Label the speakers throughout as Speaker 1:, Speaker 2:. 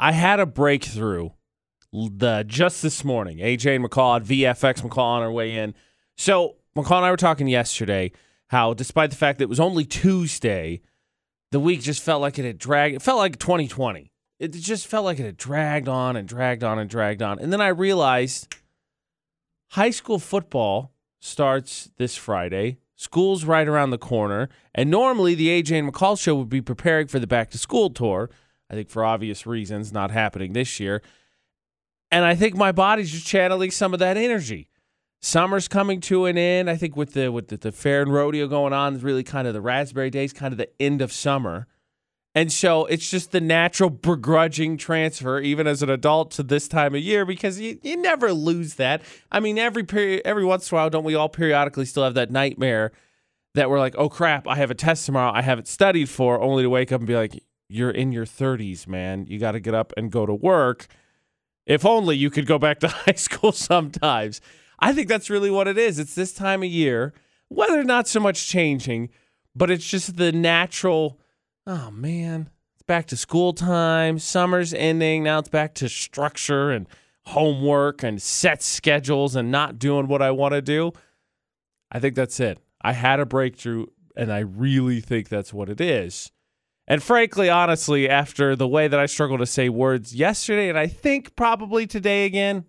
Speaker 1: I had a breakthrough l- the just this morning. AJ and McCall at VFX McCall on our way in. So McCall and I were talking yesterday how, despite the fact that it was only Tuesday, the week just felt like it had dragged. It felt like 2020. It just felt like it had dragged on and dragged on and dragged on. And then I realized high school football starts this Friday. School's right around the corner. And normally the AJ and McCall show would be preparing for the back to school tour. I think for obvious reasons, not happening this year. And I think my body's just channeling some of that energy. Summer's coming to an end. I think with the with the, the fair and rodeo going on, it's really kind of the raspberry days, kind of the end of summer. And so it's just the natural begrudging transfer, even as an adult, to this time of year because you, you never lose that. I mean, every period, every once in a while, don't we all periodically still have that nightmare that we're like, oh crap, I have a test tomorrow. I haven't studied for, only to wake up and be like, you're in your 30s, man. You got to get up and go to work. If only you could go back to high school sometimes. I think that's really what it is. It's this time of year, weather not so much changing, but it's just the natural, oh man, it's back to school time, summer's ending, now it's back to structure and homework and set schedules and not doing what I want to do. I think that's it. I had a breakthrough, and I really think that's what it is. And frankly, honestly, after the way that I struggled to say words yesterday, and I think probably today again,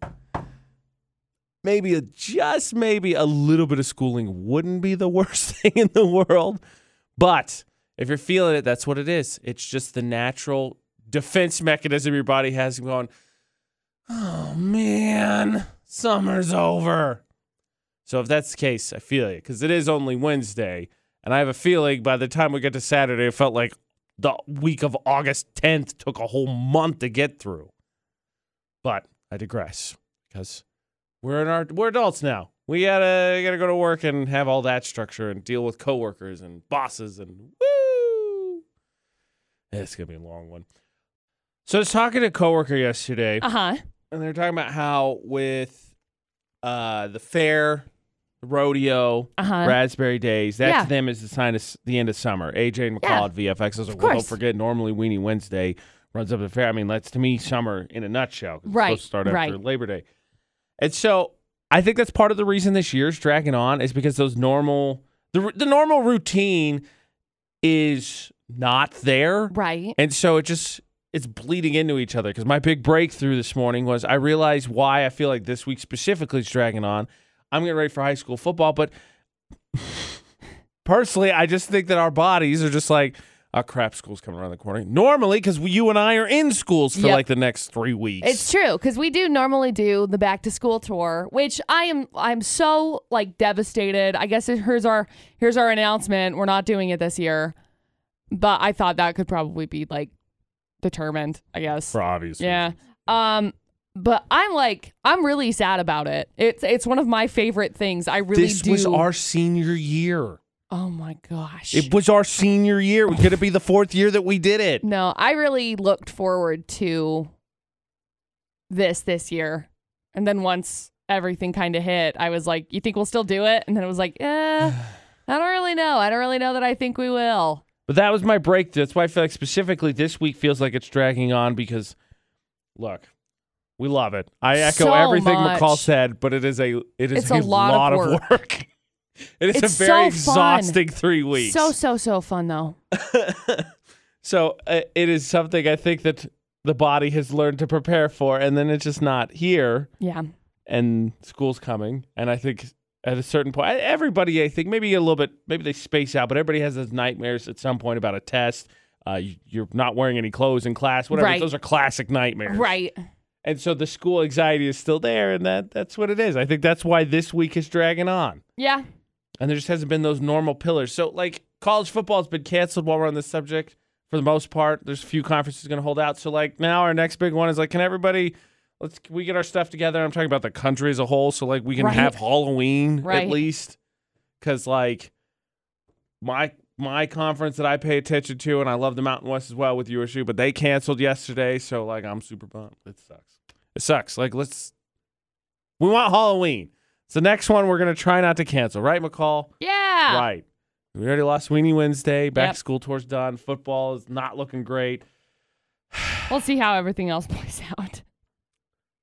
Speaker 1: maybe a, just maybe a little bit of schooling wouldn't be the worst thing in the world. But if you're feeling it, that's what it is. It's just the natural defense mechanism your body has going, oh man, summer's over. So if that's the case, I feel you because it is only Wednesday, and I have a feeling by the time we get to Saturday, it felt like the week of August 10th took a whole month to get through. But I digress because we're in our we're adults now. We gotta gotta go to work and have all that structure and deal with coworkers and bosses and woo. It's gonna be a long one. So I was talking to a coworker yesterday
Speaker 2: Uh huh.
Speaker 1: and they're talking about how with uh the fair, the rodeo,
Speaker 2: Uh-huh.
Speaker 1: raspberry days, that
Speaker 2: Yeah.
Speaker 1: to them is the sign of s- the end of summer. AJ and
Speaker 2: Yeah.
Speaker 1: McCall at VFX. I was like,
Speaker 2: Of
Speaker 1: well, don't
Speaker 2: course.
Speaker 1: forget, normally Weenie Wednesday runs up the fair. I mean, that's to me summer in a nutshell. 'cause It's
Speaker 2: Right,
Speaker 1: supposed to start after
Speaker 2: right.
Speaker 1: Labor Day, and so I think that's part of the reason this year's dragging on is because those normal the r- the normal routine is not there.
Speaker 2: Right.
Speaker 1: And so it just it's bleeding into each other because my big breakthrough this morning was I realized why I feel like this week specifically is dragging on. I'm getting ready for high school football, but personally, I just think that our bodies are just like, oh crap, school's coming around the corner. Normally, because you and I are in schools for
Speaker 2: Yep.
Speaker 1: like the next three weeks.
Speaker 2: It's true because we do normally do the back to school tour, which I am I'm so like devastated. I guess it- here's our here's our announcement. We're not doing it this year, but I thought that could probably be like determined. I guess.
Speaker 1: for obvious
Speaker 2: Yeah.
Speaker 1: reasons.
Speaker 2: Um. But I'm like I'm really sad about it. It's it's one of my favorite things. I really
Speaker 1: This
Speaker 2: do.
Speaker 1: was our senior year.
Speaker 2: oh my gosh.
Speaker 1: It was our senior year. It was going to be the fourth year that we did it.
Speaker 2: No, I really looked forward to this this year. And then once everything kind of hit, I was like, you think we'll still do it? And then it was like, eh, I don't really know. I don't really know that I think we will.
Speaker 1: But that was my breakthrough. That's why I feel like specifically this week feels like it's dragging on because, look, we love it. I echo
Speaker 2: So
Speaker 1: everything McCall
Speaker 2: much.
Speaker 1: said, but it is a it
Speaker 2: It's
Speaker 1: is
Speaker 2: a lot of work.
Speaker 1: it is
Speaker 2: It's
Speaker 1: a very
Speaker 2: so fun.
Speaker 1: exhausting three weeks.
Speaker 2: So, so, so fun though.
Speaker 1: so uh, it is something I think that the body has learned to prepare for, and then it's just not here,
Speaker 2: Yeah.
Speaker 1: and school's coming, and I think. At a certain point, e-, everybody, I think, maybe a little bit, maybe they space out, but everybody has those nightmares at some point about a test, uh, you- you're not wearing any clothes in class, whatever.
Speaker 2: Right.
Speaker 1: Those are classic nightmares.
Speaker 2: Right.
Speaker 1: And so the school anxiety is still there, and that that's what it is. I think that's why this week is dragging on.
Speaker 2: Yeah.
Speaker 1: And there just hasn't been those normal pillars. So, like, college football has been canceled while we're on this subject for the most part. There's a few conferences going to hold out. So, like, now our next big one is like, can everybody, let's, can we get our stuff together? I'm talking about the country as a whole. So, like, we can
Speaker 2: Right.
Speaker 1: have Halloween
Speaker 2: Right.
Speaker 1: at least. Cause, like, my, my conference that I pay attention to, and I love the Mountain West as well with USU, but they canceled yesterday. So, like, I'm super bummed. It sucks. It sucks. Like, let's, we want Halloween. It's the next one we're going to try not to cancel, right, McCall?
Speaker 2: Yeah.
Speaker 1: Right. We already lost Weenie Wednesday. Back
Speaker 2: Yep.
Speaker 1: to school tour's done. Football is not looking great.
Speaker 3: We'll see how everything else plays out.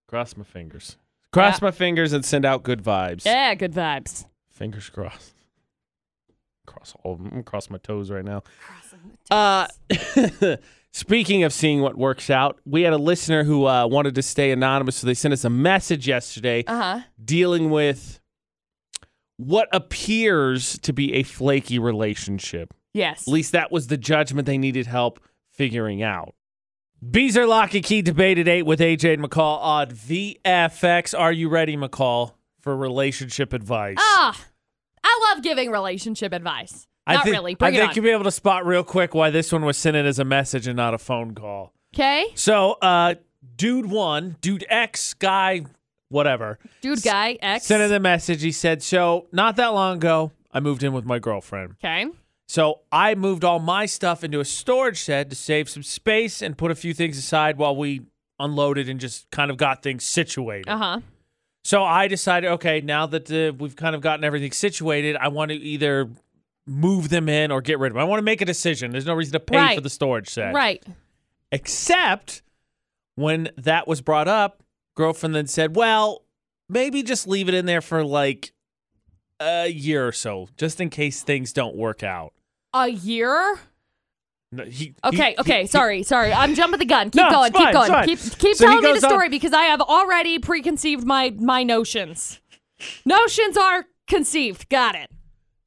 Speaker 1: Cross my fingers. Cross my fingers and send out good vibes.
Speaker 3: Yeah, good vibes.
Speaker 1: Fingers crossed. Cross all of them. I'm gonna cross my toes right now.
Speaker 3: Uh,
Speaker 1: Speaking of seeing what works out, we had a listener who uh, wanted to stay anonymous, so they sent us a message yesterday
Speaker 2: uh-huh.
Speaker 3: uh huh.
Speaker 1: dealing with what appears to be a flaky relationship.
Speaker 3: Yes.
Speaker 1: At least that was the judgment they needed help figuring out. Beezer Lock and Key debate at 8 with AJ and McCall on VFX. Are you ready, McCall, for relationship advice?
Speaker 3: Ah, I love giving relationship advice.
Speaker 1: I
Speaker 3: Not
Speaker 1: think,
Speaker 3: really.
Speaker 1: I
Speaker 3: Bring
Speaker 1: think
Speaker 3: it
Speaker 1: you'll be able to spot real quick why this one was sent in as a message and not a phone call.
Speaker 3: Okay,
Speaker 1: So, uh, dude one, dude X, guy, whatever,
Speaker 3: dude, guy X.
Speaker 1: sent in the message. He said, So, not that long ago, I moved in with my girlfriend.
Speaker 3: Okay.
Speaker 1: So I moved all my stuff into a storage shed to save some space and put a few things aside while we unloaded and just kind of got things situated.
Speaker 3: Uh
Speaker 2: Uh-huh.
Speaker 3: huh.
Speaker 1: So I decided, okay, now that uh, we've kind of gotten everything situated, I want to either move them in or get rid of them. I want to make a decision. There's no reason to pay for
Speaker 3: Right.
Speaker 1: the storage shed.
Speaker 3: Right.
Speaker 1: Except when that was brought up, girlfriend then said, well, maybe just leave it in there for like a year or so, just in case things don't work out.
Speaker 3: A year.
Speaker 1: No, he-
Speaker 3: Okay,
Speaker 1: he-
Speaker 3: okay,
Speaker 1: he-
Speaker 3: sorry, sorry. I'm jumping the gun. Keep
Speaker 1: No, it's
Speaker 3: going,
Speaker 1: fine,
Speaker 3: keep going.
Speaker 1: it's fine.
Speaker 3: Keep keep
Speaker 1: So he
Speaker 3: telling me
Speaker 1: goes
Speaker 3: the
Speaker 1: on-
Speaker 3: story because I have already preconceived my my notions. Notions are conceived. Got it.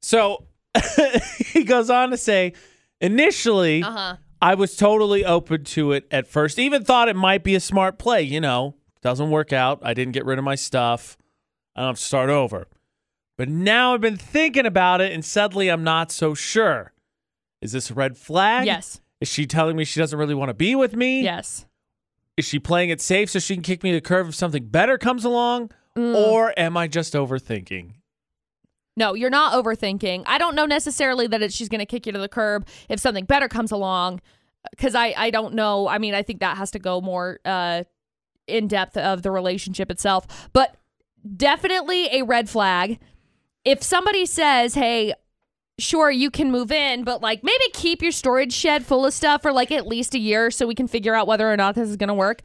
Speaker 1: So he goes on to say, initially,
Speaker 3: huh.
Speaker 1: I was totally open to it at first. Even thought it might be a smart play. You know, doesn't work out. I didn't get rid of my stuff. I don't have to start over. But now I've been thinking about it, and suddenly I'm not so sure. Is this a red flag?
Speaker 3: Yes.
Speaker 1: Is she telling me she doesn't really want to be with me?
Speaker 3: Yes.
Speaker 1: Is she playing it safe so she can kick me to the curb if something better comes along?
Speaker 3: Mm.
Speaker 1: Or am I just overthinking?
Speaker 3: No, you're not overthinking. I don't know necessarily that it, she's going to kick you to the curb if something better comes along, because I I don't know. I mean, I think that has to go more uh, in depth of the relationship itself, but definitely a red flag. If somebody says, "Hey, sure you can move in, but like maybe keep your storage shed full of stuff for like at least a year so we can figure out whether or not this is going to work."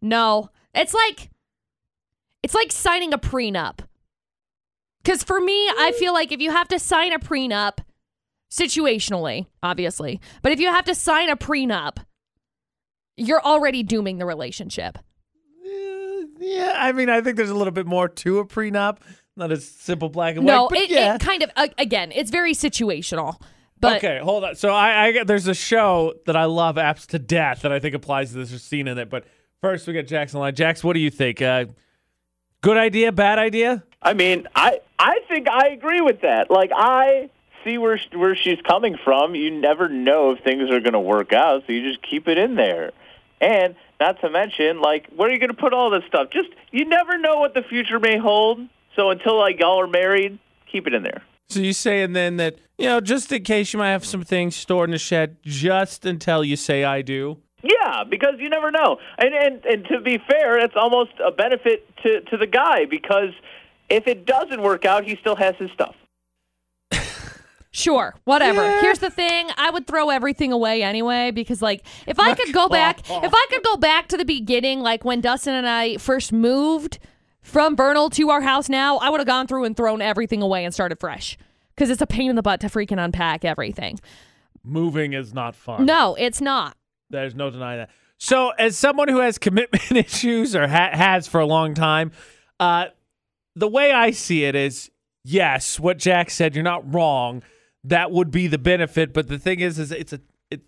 Speaker 3: No, it's like it's like signing a prenup. Because for me, I feel like if you have to sign a prenup, situationally, obviously, but if you have to sign a prenup, you're already dooming the relationship.
Speaker 1: Eh, Yeah, I mean, I think there's a little bit more to a prenup, not as simple black and
Speaker 3: no,
Speaker 1: white. but
Speaker 3: it,
Speaker 1: yeah.
Speaker 3: it kind of, a- again, it's very situational. But
Speaker 1: okay, hold on. So I, I there's a show that I love apps to death that I think applies to this or scene in it. But first, we got Jackson line. Jax, what do you think? Uh, good idea, bad idea?
Speaker 4: I mean, I I think I agree with that. Like I see where sh- where she's coming from. You never know if things are going to work out, so you just keep it in there. And not to mention, like, where are you going to put all this stuff? Just you never know what the future may hold. So until like y'all are married, keep it in there.
Speaker 1: So you saying then that you know, just in case you might have some things stored in the shed, just until you say I do.
Speaker 4: Yeah, because you never know. And and, and to be fair, it's almost a benefit to to the guy because if it doesn't work out, he still has his stuff.
Speaker 3: Sure, whatever.
Speaker 1: Yeah.
Speaker 3: Here's the thing: I would throw everything away anyway because, like, if I could go back, if I could go back to the beginning, like when Dustin and I first moved from Vernal to our house now, I would have gone through and thrown everything away and started fresh because it's a pain in the butt to freaking unpack everything.
Speaker 1: Moving is not fun.
Speaker 3: No, it's not.
Speaker 1: There's no denying that. So, as someone who has commitment issues or ha- has for a long time, uh, the way I see it is, yes, what Jack said, you're not wrong. That would be the benefit, but the thing is, is it's a it,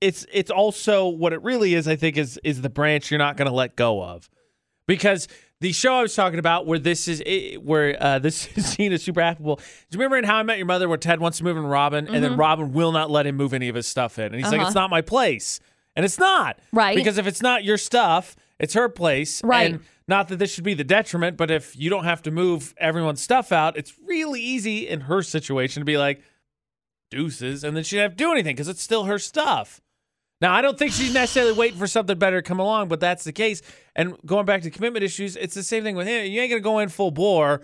Speaker 1: it's it's also what it really is. I think is is the branch you're not going to let go of, because the show I was talking about, where this is eh, where uh, this scene is super applicable. Do you remember in How I Met Your Mother, where Ted wants to move in with Robin, and then Robin will not let him move any of his stuff in, and he's like,
Speaker 3: Mm-hmm. Uh-huh.
Speaker 1: "It's not my place," and it's not
Speaker 3: Right.
Speaker 1: because if it's not your stuff, it's her place,
Speaker 3: Right.
Speaker 1: And not that this should be the detriment, but if you don't have to move everyone's stuff out, it's really easy in her situation to be like, deuces, and then she didn't have to do anything because it's still her stuff. Now, I don't think she's necessarily waiting for something better to come along, but that's the case. And going back to commitment issues, it's the same thing with him. You ain't going to go in full bore.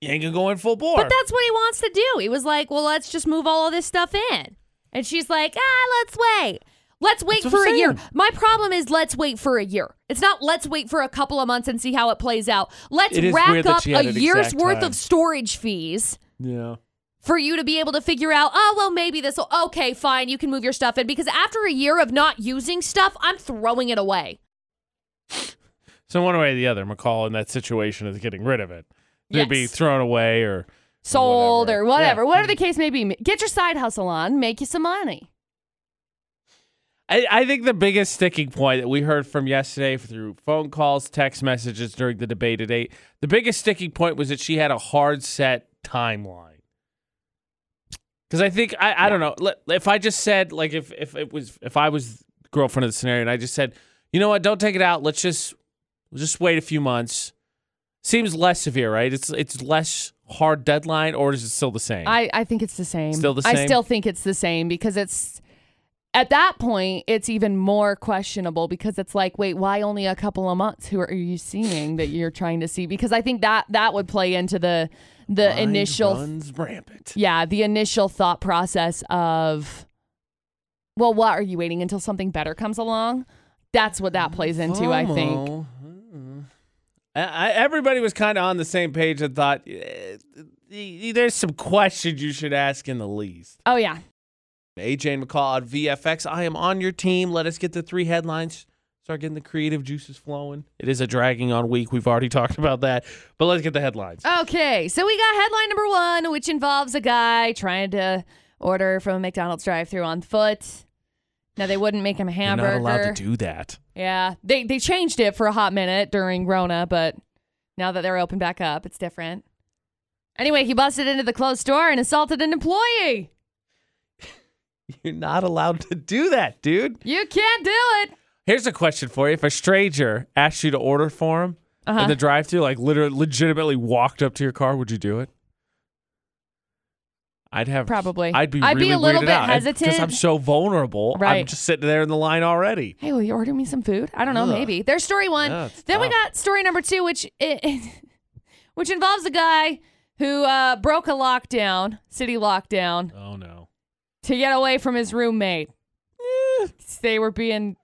Speaker 1: You ain't going to go in full bore.
Speaker 3: But that's what he wants to do. He was like, well, let's just move all of this stuff in. And she's like, ah, let's wait. Let's wait
Speaker 1: That's what
Speaker 3: for
Speaker 1: I'm
Speaker 3: a year.
Speaker 1: saying.
Speaker 3: My problem is let's wait for a year. It's not let's wait for a couple of months and see how it plays out. Let's
Speaker 1: It is
Speaker 3: rack
Speaker 1: weird that
Speaker 3: up
Speaker 1: she had
Speaker 3: a
Speaker 1: it
Speaker 3: year's
Speaker 1: exact
Speaker 3: worth
Speaker 1: time.
Speaker 3: of storage fees
Speaker 1: Yeah.
Speaker 3: for you to be able to figure out, oh, well, maybe this will, okay, fine, you can move your stuff in. Because after a year of not using stuff, I'm throwing it away.
Speaker 1: So one way or the other, McCall in that situation is getting rid of it. They'd be
Speaker 3: Yes.
Speaker 1: thrown away or
Speaker 2: sold
Speaker 1: Whatever.
Speaker 2: or whatever,
Speaker 1: Yeah.
Speaker 2: whatever the case may be. Get your side hustle on, make you some money.
Speaker 1: I, I think the biggest sticking point that we heard from yesterday through phone calls, text messages during the debate today, the biggest sticking point was that she had a hard set timeline. Because I think I, I don't know li- if I just said like if if it was if I was girlfriend of the scenario and I just said you know what don't take it out let's just we'll just wait a few months seems less severe right it's it's less hard deadline or is it still the same
Speaker 2: I, I think it's the same.
Speaker 1: Still the
Speaker 2: I
Speaker 1: same?
Speaker 2: still think it's the same because it's at that point it's even more questionable because it's like, wait, why only a couple of months? Who are you seeing that you're trying to see? Because I think that that would play into the the
Speaker 1: Mind
Speaker 2: initial
Speaker 1: runs rampant
Speaker 2: yeah the initial thought process of well what are you waiting until something better comes along that's what that plays into i think
Speaker 1: FOMO. Hmm. I, I, everybody was kind of on the same page and thought eh, eh, there's some questions you should ask in the least.
Speaker 2: oh yeah
Speaker 1: AJ and McCall at VFX. I am on your team. Let us get the three headlines. Start getting the creative juices flowing. It is a dragging on week. We've already talked about that, but let's get the headlines.
Speaker 3: Okay, so we got headline number one, which involves a guy trying to order from a McDonald's drive-through on foot. Now they wouldn't make him a
Speaker 1: You're
Speaker 3: hamburger.
Speaker 1: not allowed to do that.
Speaker 3: yeah, they
Speaker 2: they changed it for a hot minute during Rona, but now that they're open back up, it's different.
Speaker 3: anyway he busted into the closed store and assaulted an employee.
Speaker 1: You're not allowed to do that, dude.
Speaker 3: You can't do it.
Speaker 1: Here's a question for you: If a stranger asked you to order for him in the drive-through, like literally, legitimately walked up to your car, would you do it? I'd have
Speaker 2: Probably.
Speaker 1: I'd be
Speaker 2: I'd be
Speaker 1: really
Speaker 2: a little
Speaker 1: weirded
Speaker 2: bit
Speaker 1: out. I'd-
Speaker 2: hesitant.
Speaker 1: I'm so vulnerable. I'm
Speaker 2: Right.
Speaker 1: just sitting there in the line already.
Speaker 2: Hey, will you order me some food?
Speaker 3: I don't know,
Speaker 1: Ugh.
Speaker 3: maybe. There's story one.
Speaker 1: Yeah, it's
Speaker 3: then we
Speaker 1: tough.
Speaker 3: got story number two, which which involves a guy who uh, broke a lockdown, city lockdown,
Speaker 1: Oh no.
Speaker 3: to get away from his roommate.
Speaker 1: Eh.
Speaker 2: They were being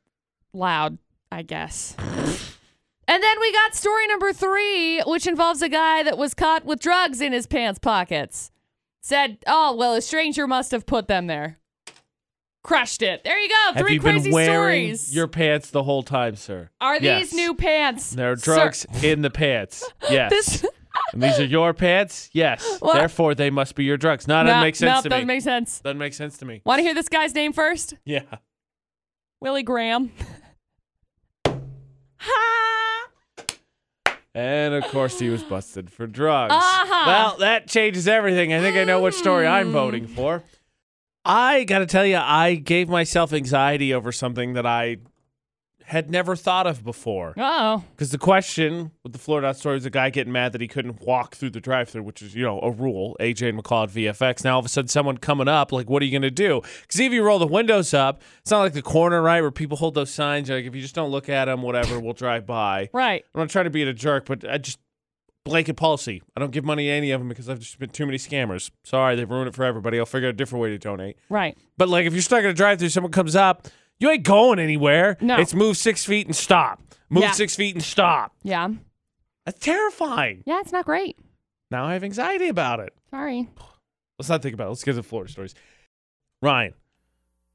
Speaker 2: loud, I guess.
Speaker 3: And then we got story number three, which involves a guy that was caught with drugs in his pants pockets. Said, "Oh well, a stranger must have put them there." Crushed it. There you go.
Speaker 1: have
Speaker 3: Three
Speaker 1: you
Speaker 3: crazy
Speaker 1: been wearing
Speaker 3: stories.
Speaker 1: your pants the whole time, sir?
Speaker 3: Are these
Speaker 1: Yes.
Speaker 3: new pants?
Speaker 1: There are
Speaker 3: sir?
Speaker 1: drugs in the pants. Yes. and these are your pants. Yes.
Speaker 3: Well-
Speaker 1: Therefore, they must be your drugs. No, that
Speaker 3: No,
Speaker 1: doesn't make sense
Speaker 3: no,
Speaker 1: to me.
Speaker 3: doesn't make sense.
Speaker 1: doesn't make sense to me.
Speaker 3: Want to hear this guy's name first?
Speaker 1: Yeah.
Speaker 3: Willie Graham.
Speaker 1: And of course, he was busted for drugs.
Speaker 3: Uh-huh.
Speaker 1: Well, that changes everything. I think I know which story I'm voting for. I got to tell you, I gave myself anxiety over something that I had never thought of before.
Speaker 3: Oh,
Speaker 1: Because the question with the Florida story was a guy getting mad that he couldn't walk through the drive thru, which is, you know, a rule. AJ and McCall at VFX. Now all of a sudden someone coming up, like, what are you going to do? Because if you roll the windows up, it's not like the corner, right, where people hold those signs. Like, if you just don't look at them, whatever, we'll drive by.
Speaker 3: right.
Speaker 1: I'm not trying to be a jerk, but I just blanket policy. I don't give money to any of them because I've just been too many scammers. Sorry, they've ruined it for everybody. I'll figure out a different way to donate.
Speaker 2: Right.
Speaker 1: But like, if you're stuck in a drive-through, someone comes up, you ain't going anywhere.
Speaker 2: No.
Speaker 1: it's move six feet and stop. Move
Speaker 2: Yeah.
Speaker 1: six feet and stop.
Speaker 2: Yeah.
Speaker 1: That's terrifying.
Speaker 2: Yeah, it's not great.
Speaker 1: Now I have anxiety about it.
Speaker 2: Sorry.
Speaker 1: Let's not think about it. Let's get to the Florida stories. Ryan,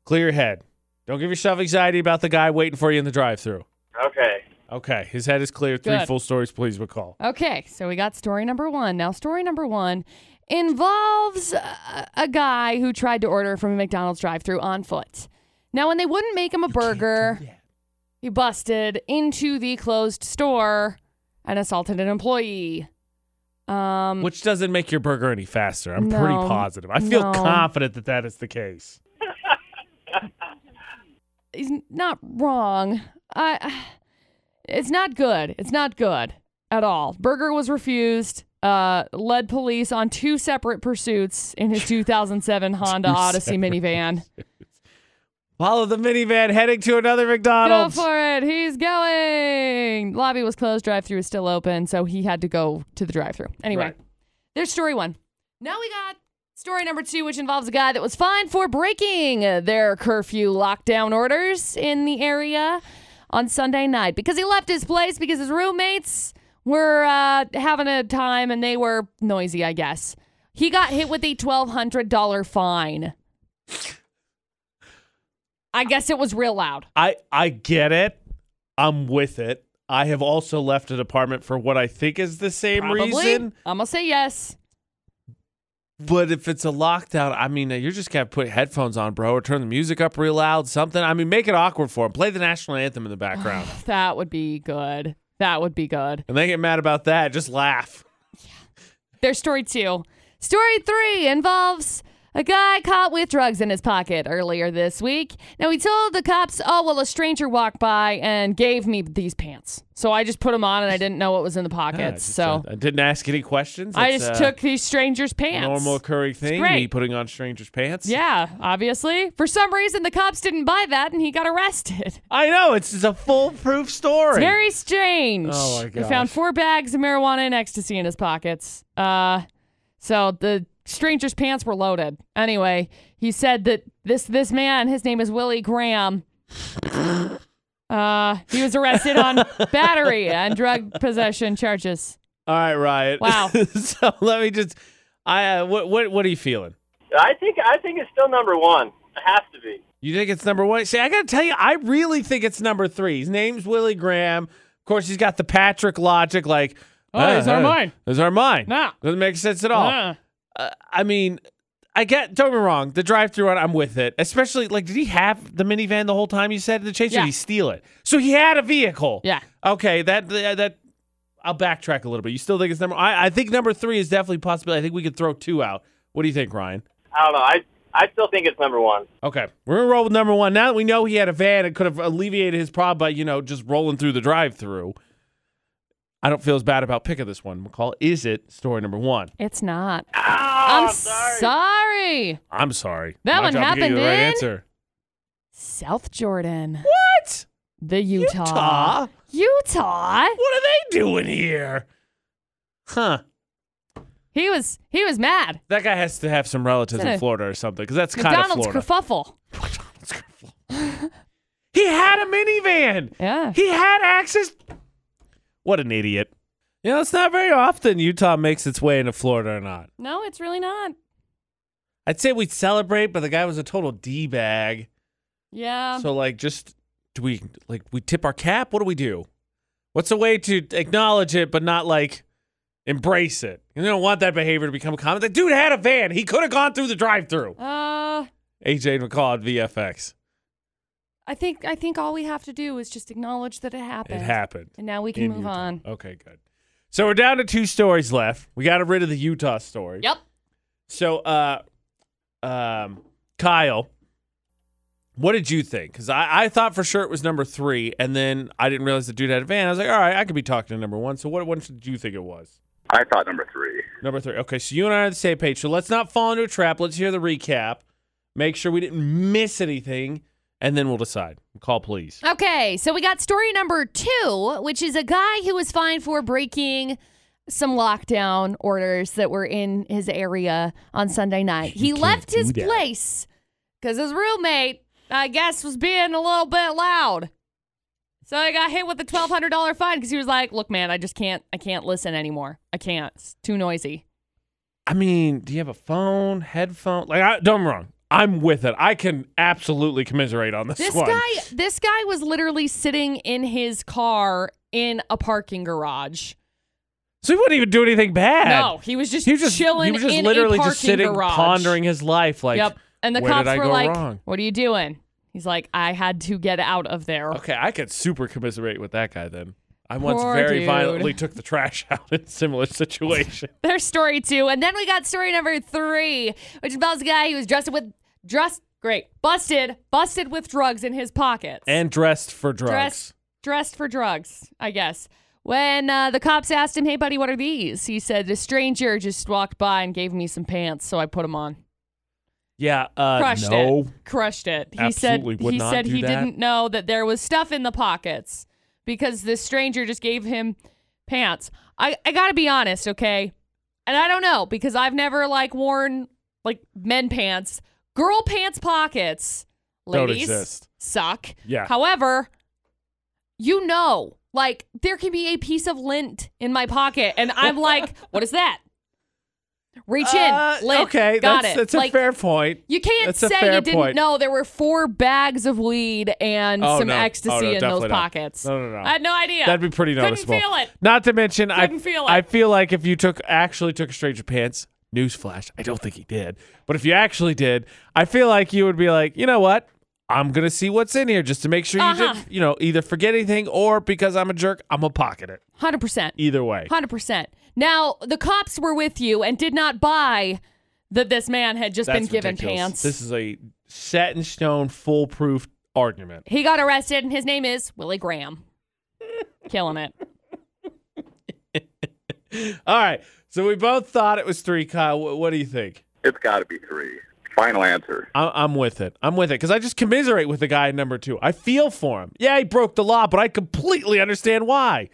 Speaker 1: clear your head. Don't give yourself anxiety about the guy waiting for you in the drive-through.
Speaker 5: Okay.
Speaker 1: Okay, his head is clear. Three
Speaker 2: Good.
Speaker 1: full stories, please recall.
Speaker 2: Okay, so we got story number one. Now, story number one involves a, a guy who tried to order from a McDonald's drive thru on foot. Now, when they wouldn't make him a burger, he busted into the closed store and assaulted an employee.
Speaker 3: Mm.
Speaker 2: Um,
Speaker 1: Which doesn't make your burger any faster. I'm pretty
Speaker 2: No.
Speaker 1: positive. I feel
Speaker 2: No.
Speaker 1: confident that that is the case.
Speaker 2: he's not wrong. I, it's not good. It's not good at all. Burger was refused. Uh, led police on two separate pursuits in his 2007 Honda
Speaker 1: Two
Speaker 2: Odyssey
Speaker 1: separate
Speaker 2: minivan.
Speaker 1: Follow the minivan heading to another
Speaker 2: Go
Speaker 1: McDonald's.
Speaker 2: for it. He's going. Lobby was closed. Drive through is still open. So he had to go to the drive through. Anyway,
Speaker 1: Right.
Speaker 2: there's story one. Now we got
Speaker 3: Story number two, which involves a guy that was fined for breaking their curfew lockdown orders in the area on Sunday night because he left his place because his roommates were uh, having a time and they were noisy, I guess. He got hit with a $1,200 fine. I guess it was real loud.
Speaker 1: I I get it. I'm with it. I have also left an apartment for what I think is the same
Speaker 3: Probably.
Speaker 1: reason.
Speaker 3: I'm going to say yes.
Speaker 1: But if it's a lockdown, I mean, you're just gonna put headphones on, bro, or turn the music up real loud, something. I mean, make it awkward for them. Play the national anthem in the background,
Speaker 3: That would be good. That would be good.
Speaker 1: and they get mad about that. Just laugh.
Speaker 3: There's story two. Story three involves a guy caught with drugs in his pocket earlier this week. Now, he told the cops, Oh, well, a stranger walked by and gave me these pants. So I just put them on and I didn't know what was in the pockets.
Speaker 1: Yeah, just,
Speaker 3: so
Speaker 1: uh, I didn't ask any questions.
Speaker 3: I
Speaker 1: That's,
Speaker 3: just
Speaker 1: uh,
Speaker 3: took these strangers' pants.
Speaker 1: normal occurring thing.
Speaker 3: great.
Speaker 1: Me putting on strangers' pants.
Speaker 3: Yeah, obviously. For some reason, the cops didn't buy that and he got arrested.
Speaker 1: I know it's, it's a foolproof story.
Speaker 3: Very strange.
Speaker 1: Oh, my
Speaker 3: They found
Speaker 1: gosh.
Speaker 3: four bags of marijuana and ecstasy in his pockets. Uh, so the stranger's pants were loaded. Anyway, he said that this this man, his name is Willie Graham. Uh, he was arrested on battery and drug possession charges.
Speaker 1: All right, Riot.
Speaker 3: Wow.
Speaker 1: so let me just. I uh, what what what are you feeling?
Speaker 4: I think I think it's still number one. It has to be.
Speaker 1: You think it's number one? See, I gotta tell you, I really think it's number three. His name's Willie Graham. Of course, he's got the Patrick logic, like,
Speaker 2: Oh, he's our mind.
Speaker 1: It's our mind.
Speaker 2: No.
Speaker 1: doesn't make sense at all.
Speaker 3: Oh,
Speaker 2: Uh,
Speaker 1: Uh, I mean, I get. Don't get me wrong. The drive-through run, I'm with it. Especially like, did he have the minivan the whole time you said the chase? Or
Speaker 3: Yeah.
Speaker 1: did he steal it? So he had a vehicle.
Speaker 3: Yeah.
Speaker 1: Okay. That that. that- I'll backtrack a little bit. You still think it's number? I, I think number three is definitely a possibility. I think we could throw two out. What do you think, Ryan?
Speaker 4: I don't know. I I still think it's number one.
Speaker 1: Okay, we're gonna roll with number one. Now that we know he had a van, it could have alleviated his problem by you know just rolling through the drive-through. I don't feel as bad about picking this one. McCall, is it story number one?
Speaker 3: It's not.
Speaker 1: Oh,
Speaker 4: Ah,
Speaker 3: I'm sorry.
Speaker 1: I'm sorry.
Speaker 3: That
Speaker 1: My
Speaker 3: one
Speaker 1: job to get you
Speaker 3: happened
Speaker 1: the right
Speaker 3: in
Speaker 1: answer.
Speaker 3: South Jordan,
Speaker 1: What?
Speaker 3: the Utah.
Speaker 1: Utah?
Speaker 3: Utah.
Speaker 1: What are they doing here? Huh?
Speaker 3: He was he was mad.
Speaker 1: That guy has to have some relatives
Speaker 3: Isn't
Speaker 1: in
Speaker 3: it?
Speaker 1: Florida or something because that's kind of
Speaker 3: McDonald's
Speaker 1: Florida.
Speaker 3: kerfuffle.
Speaker 1: McDonald's kerfuffle. he had a minivan.
Speaker 3: Yeah.
Speaker 1: He had access. What an idiot. You know, it's not very often Utah makes its way into Florida or not.
Speaker 3: No, it's really not.
Speaker 1: I'd say we'd celebrate, but the guy was a total D bag.
Speaker 3: Yeah.
Speaker 1: so, like, just do we, like, we tip our cap? What do we do? What's a way to acknowledge it, but not, like, embrace it? You don't want that behavior to become common. The dude had a van. He could have gone through the drive through.
Speaker 3: Uh
Speaker 1: AJ McCall at VFX.
Speaker 3: I think I think all we have to do is just acknowledge that it happened.
Speaker 1: It happened.
Speaker 3: And now we can
Speaker 1: in
Speaker 3: move
Speaker 1: Utah.
Speaker 3: on.
Speaker 1: Okay, good. So we're down to two stories left. We got rid of the Utah story.
Speaker 3: Yep.
Speaker 1: So, uh, um, Kyle, what did you think? Because I, I thought for sure it was number three, and then I didn't realize the dude had a van. I was like, all right, I could be talking to number one. So, what one did you think it was?
Speaker 6: I thought number three.
Speaker 1: Number three. Okay, so you and I are on the same page. So let's not fall into a trap. Let's hear the recap. Make sure we didn't miss anything, and then we'll decide. Call, please.
Speaker 3: Okay, so we got story number 2, which is a guy who was fined for breaking some lockdown orders that were in his area on Sunday night. he left his place cuz his roommate, I guess, was being a little bit loud. So he got hit with a $1200 fine cuz he was like, "Look, man, I just can't I can't listen anymore. I can't. It's too noisy."
Speaker 1: I mean, do you have a phone, headphone? Like, I, don't get me wrong. I'm with it. I can absolutely commiserate on this,
Speaker 3: This
Speaker 1: one.
Speaker 3: guy, this guy was literally sitting in his car in a parking garage.
Speaker 1: so he wouldn't even do anything bad.
Speaker 3: No, he was just,
Speaker 1: he was just
Speaker 3: chilling.
Speaker 1: He was just
Speaker 3: in
Speaker 1: literally
Speaker 3: a parking
Speaker 1: just sitting,
Speaker 3: garage.
Speaker 1: pondering his life. Like,
Speaker 3: yep. And the
Speaker 1: where
Speaker 3: cops
Speaker 1: did I
Speaker 3: were
Speaker 1: go
Speaker 3: like,
Speaker 1: wrong?
Speaker 3: "What are you doing?" He's like, "I had to get out of there."
Speaker 1: Okay, I could super commiserate with that guy then. I once
Speaker 3: Poor
Speaker 1: very
Speaker 3: dude.
Speaker 1: violently took the trash out in a similar situation.
Speaker 3: There's story two, and then we got story number three, which involves a guy who was dressed with dressed great, busted, busted with drugs in his pockets.
Speaker 1: and dressed for drugs.
Speaker 3: Dressed, dressed for drugs, I guess. When uh, the cops asked him, "Hey, buddy, what are these?" He said, "A stranger just walked by and gave me some pants, so I put them on."
Speaker 1: Yeah, uh,
Speaker 3: Crushed
Speaker 1: no.
Speaker 3: it. Crushed it. He
Speaker 1: Absolutely
Speaker 3: said
Speaker 1: would
Speaker 3: he
Speaker 1: not
Speaker 3: said
Speaker 1: do
Speaker 3: he
Speaker 1: that.
Speaker 3: didn't know that there was stuff in the pockets because this stranger just gave him pants. I I got to be honest, okay? And I don't know because I've never like worn like men pants, girl pants pockets,
Speaker 1: Don't
Speaker 3: ladies
Speaker 1: exist.
Speaker 3: suck.
Speaker 1: Yeah.
Speaker 3: However, you know, like there can be a piece of lint in my pocket, and I'm like, what is that? Reach
Speaker 1: Uh,
Speaker 3: in, lint.
Speaker 1: okay,
Speaker 3: got
Speaker 1: that's,
Speaker 3: it.
Speaker 1: that's
Speaker 3: like,
Speaker 1: a fair point.
Speaker 3: You can't
Speaker 1: that's a
Speaker 3: say
Speaker 1: fair
Speaker 3: you didn't
Speaker 1: point.
Speaker 3: know there were four bags of weed and
Speaker 1: Oh,
Speaker 3: some
Speaker 1: no.
Speaker 3: ecstasy
Speaker 1: Oh, no,
Speaker 3: in those
Speaker 1: definitely not.
Speaker 3: pockets.
Speaker 1: No, no, no.
Speaker 3: I had no idea.
Speaker 1: That'd be pretty
Speaker 3: Couldn't
Speaker 1: noticeable.
Speaker 3: feel it.
Speaker 1: Not to mention, I
Speaker 3: Couldn't feel it.
Speaker 1: I feel like if you took actually took a stranger pants, newsflash, I don't think he did. But if you actually did, I feel like you would be like, you know what? I'm gonna see what's in here just to make sure you
Speaker 3: Uh-huh.
Speaker 1: didn't, you know, either forget anything or because I'm a jerk, I'm gonna pocket it.
Speaker 3: Hundred percent.
Speaker 1: Either way,
Speaker 3: Hundred percent. Now the cops were with you and did not buy that this man had just
Speaker 1: that's
Speaker 3: been given
Speaker 1: ridiculous.
Speaker 3: pants.
Speaker 1: This is a set in stone, foolproof argument.
Speaker 3: He got arrested, and his name is Willie Graham. Killing it.
Speaker 1: All right, so we both thought it was three. Kyle, what, what do you think?
Speaker 6: It's got to be three. Final answer.
Speaker 1: I- I'm with it. I'm with it because I just commiserate with the guy at number two. I feel for him. Yeah, he broke the law, but I completely understand why.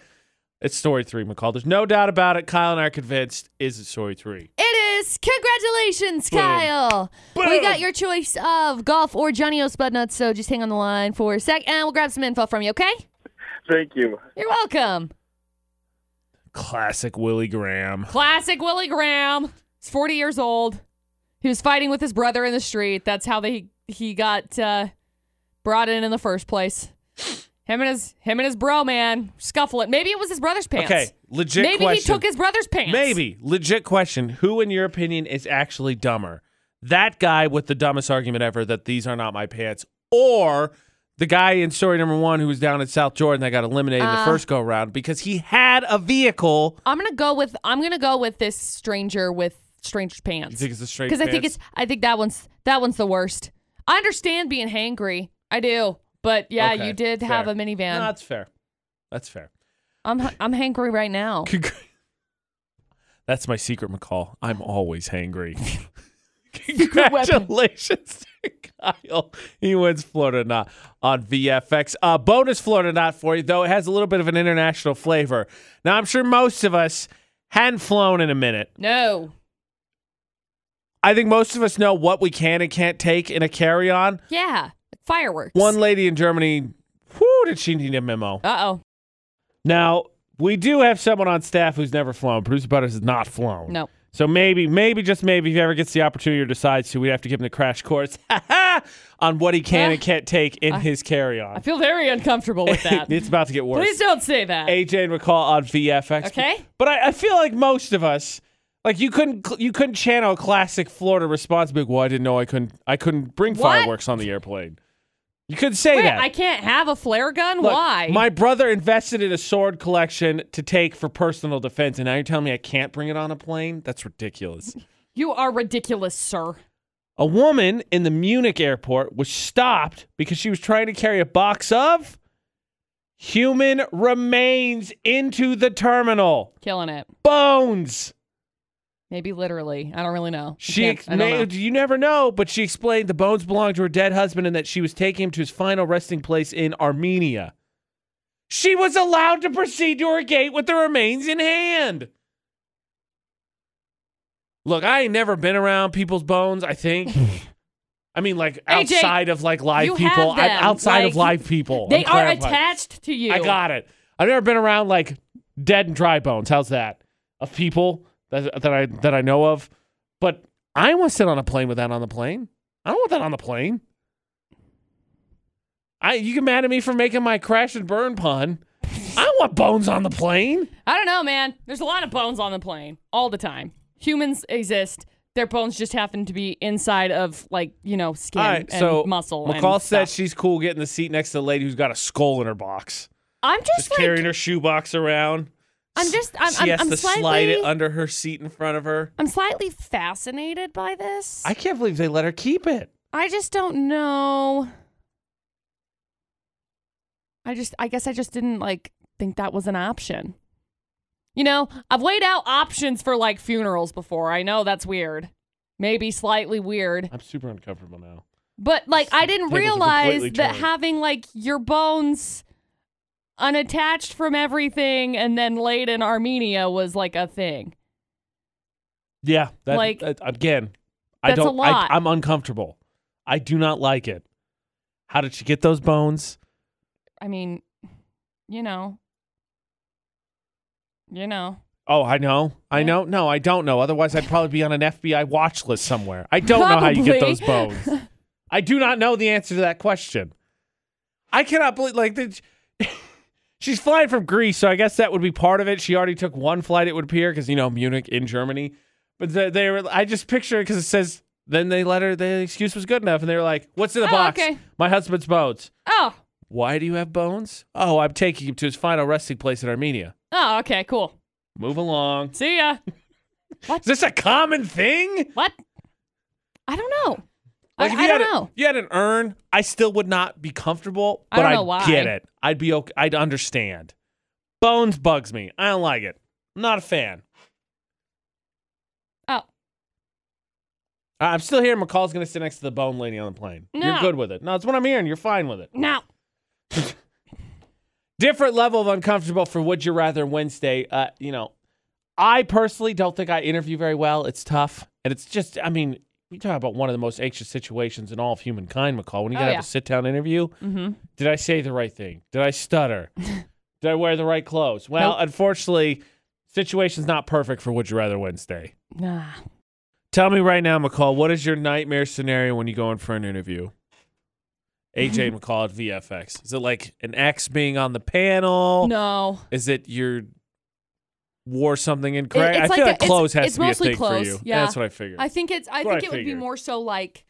Speaker 1: It's story three, McCall. There's no doubt about it. Kyle and I are convinced is it story three.
Speaker 3: It is. Congratulations, Kyle. We got your choice of golf or Johnny O. Spudnuts, so just hang on the line for a sec, and we'll grab some info from you, okay?
Speaker 4: Thank you.
Speaker 3: You're welcome.
Speaker 1: Classic Willie Graham.
Speaker 3: Classic Willie Graham. He's 40 years old. He was fighting with his brother in the street. That's how they he got uh, brought in in the first place. Him and his him and his bro man scuffling. Maybe it was his brother's pants.
Speaker 1: Okay, legit
Speaker 3: Maybe
Speaker 1: question.
Speaker 3: he took his brother's pants.
Speaker 1: Maybe legit question. Who, in your opinion, is actually dumber? That guy with the dumbest argument ever that these are not my pants, or the guy in story number one who was down in South Jordan that got eliminated in the
Speaker 3: Uh.
Speaker 1: first go round because he had a vehicle.
Speaker 3: I'm gonna go with I'm gonna go with this stranger with stranger's
Speaker 1: You
Speaker 3: pants.
Speaker 1: think it's a straight?
Speaker 3: because I think
Speaker 1: pants?
Speaker 3: it's I think that one's that one's the worst. I understand being hangry. I do. But yeah,
Speaker 1: Okay,
Speaker 3: you did have
Speaker 1: fair.
Speaker 3: a minivan.
Speaker 1: No, that's fair. That's fair.
Speaker 3: I'm I'm hangry right now.
Speaker 1: That's my secret, McCall. I'm always hangry.
Speaker 3: weapon.
Speaker 1: Congratulations to Kyle. He wins Florida or Not on VFX. Uh, bonus Florida or Not for you, though. It has a little bit of an international flavor. Now, I'm sure most of us hadn't flown in a minute.
Speaker 3: No.
Speaker 1: I think most of us know what we can and can't take in a carry on.
Speaker 3: Yeah. Fireworks.
Speaker 1: One lady in Germany, whoo, did she need a memo?
Speaker 3: Uh oh.
Speaker 1: Now, we do have someone on staff who's never flown. Producer Butters has not flown.
Speaker 3: No.
Speaker 1: So maybe, maybe, just maybe, if he ever gets the opportunity or decides to, we'd have to give him the crash course on what he can and can't take in his carry
Speaker 3: Ah. I
Speaker 1: on.
Speaker 3: feel very uncomfortable with that.
Speaker 1: it's about to get worse.
Speaker 3: Please don't say that.
Speaker 1: AJ and recall on VFX.
Speaker 3: Okay.
Speaker 1: But I, I feel like most of us, like you couldn't, you couldn't channel a classic Florida response. Big, well, I didn't know I couldn't, I couldn't bring
Speaker 3: What?
Speaker 1: fireworks on the airplane. You could say
Speaker 3: Wait,
Speaker 1: that.
Speaker 3: I can't have a flare gun?
Speaker 1: Look,
Speaker 3: Why?
Speaker 1: My brother invested in a sword collection to take for personal defense, and now you're telling me I can't bring it on a plane? That's ridiculous.
Speaker 3: you are ridiculous, sir.
Speaker 1: a woman in the Munich airport was stopped because she was trying to carry a box of human remains into the terminal.
Speaker 3: Killing it.
Speaker 1: Bones.
Speaker 3: Maybe literally. I don't really know. I
Speaker 1: She
Speaker 3: can't-
Speaker 1: ex-
Speaker 3: I don't
Speaker 1: na-
Speaker 3: know.
Speaker 1: you never know, but she explained the bones belonged to her dead husband and that she was taking him to his final resting place in Armenia. She was allowed to proceed to her gate with the remains in hand. Look, I ain't never been around people's bones, I think. I mean, like
Speaker 3: AJ,
Speaker 1: outside of like live
Speaker 3: you have
Speaker 1: people. I'm
Speaker 3: them.
Speaker 1: outside of
Speaker 3: Like,
Speaker 1: live people.
Speaker 3: They
Speaker 1: I'm
Speaker 3: are
Speaker 1: clarifying.
Speaker 3: attached to you.
Speaker 1: I got it. I've never been around like dead and dry bones. How's that? Of people that, that I that I know of, but I want to sit on a plane with that on the plane. I don't want that on the plane. I you get mad at me for making my crash and burn pun. I want bones on the plane.
Speaker 3: I don't know, man. There's a lot of bones on the plane all the time. Humans exist. Their bones just happen to be inside of like you know skin and muscle. and
Speaker 1: McCall said
Speaker 3: stuff.
Speaker 1: she's cool getting the seat next to the lady who's got a skull in her box,
Speaker 3: "I'm just,
Speaker 1: just
Speaker 3: like
Speaker 1: carrying her shoebox around.
Speaker 3: I'm just I'm
Speaker 1: she
Speaker 3: I'm,
Speaker 1: has
Speaker 3: I'm
Speaker 1: to
Speaker 3: slightly
Speaker 1: slide it under her seat in front of her.
Speaker 3: I'm slightly fascinated by this.
Speaker 1: I
Speaker 3: I,
Speaker 1: can't believe they let her keep it.
Speaker 3: just don't know. I just I guess I just didn't like think that was an option. You know, I've weighed out options for like funerals before. I know that's weird. Maybe slightly weird.
Speaker 1: I'm super uncomfortable now.
Speaker 3: But like I didn't
Speaker 1: Tables are
Speaker 3: realize
Speaker 1: completely
Speaker 3: that
Speaker 1: turned.
Speaker 3: having like your bones unattached from everything and then laid in Armenia was like a thing.
Speaker 1: Yeah, that,
Speaker 3: Like-
Speaker 1: that- again, I
Speaker 3: That's a
Speaker 1: don't.
Speaker 3: lot.
Speaker 1: I, I'm uncomfortable. I do not like it. How did she get those bones?
Speaker 3: I mean, you know, you know.
Speaker 1: Oh, I know. I
Speaker 3: Yeah.
Speaker 1: know. No, I don't know. Otherwise, I'd probably be on an FBI watch list somewhere. I don't know how you get
Speaker 3: Probably.
Speaker 1: those bones. I do not know the answer to that question. I cannot believe, like, the, she's flying from Greece, so I guess that would be part of it. She already took one flight, it would appear, because, you know, Munich in Germany. But they, they were, I just picture it because it says, then they let her, the excuse was good enough. And they were like, what's in the
Speaker 3: Oh,
Speaker 1: box?
Speaker 3: okay.
Speaker 1: My husband's bones.
Speaker 3: Oh,
Speaker 1: Why do you have bones? Oh, I'm taking him to his final resting place in Armenia.
Speaker 3: oh, okay, cool.
Speaker 1: Move along.
Speaker 3: See ya.
Speaker 1: Is this a common thing?
Speaker 3: What? I don't know.
Speaker 1: if
Speaker 3: I, I
Speaker 1: you
Speaker 3: don't
Speaker 1: had a-
Speaker 3: know.
Speaker 1: if you had an urn, I still would not be comfortable,
Speaker 3: I
Speaker 1: but
Speaker 3: don't
Speaker 1: I'd
Speaker 3: know why.
Speaker 1: get it. I'd be okay. I'd understand. Bones bugs me. I don't like it. I'm not a fan.
Speaker 3: Oh.
Speaker 1: I- I'm still here. McCall's going to sit next to the bone lady on the plane. You're
Speaker 3: No.
Speaker 1: good with it. No, it's what I'm hearing. You're fine with it.
Speaker 3: No.
Speaker 1: Different level of uncomfortable for Would You Rather Wednesday. Uh, you know, I personally don't think I interview very well. It's tough. And it's just, I mean, we talk about one of the most anxious situations in all of humankind, McCall. When you
Speaker 3: Oh,
Speaker 1: got to
Speaker 3: yeah.
Speaker 1: have a sit down interview,
Speaker 3: Mm-hmm.
Speaker 1: did I say the right thing? Did I stutter? Did I wear the right clothes? Well, unfortunately, situation's not perfect for Would You Rather Wednesday.
Speaker 3: Nah.
Speaker 1: Tell me right now, McCall, what is your nightmare scenario when you go in for an interview? AJ and McCall at VFX. Is it like an ex being on the panel?
Speaker 3: No.
Speaker 1: Is it you wore something
Speaker 3: It-
Speaker 1: incorrect?
Speaker 3: it's
Speaker 1: I feel
Speaker 3: a-
Speaker 1: like,
Speaker 3: it's-
Speaker 1: clothes has
Speaker 3: it's
Speaker 1: to be a
Speaker 3: mostly
Speaker 1: thing
Speaker 3: clothes,
Speaker 1: for you.
Speaker 3: Yeah.
Speaker 1: That's what I figured.
Speaker 3: I think it's. I
Speaker 1: That's what
Speaker 3: think
Speaker 1: I
Speaker 3: it would be
Speaker 1: figured.
Speaker 3: more so like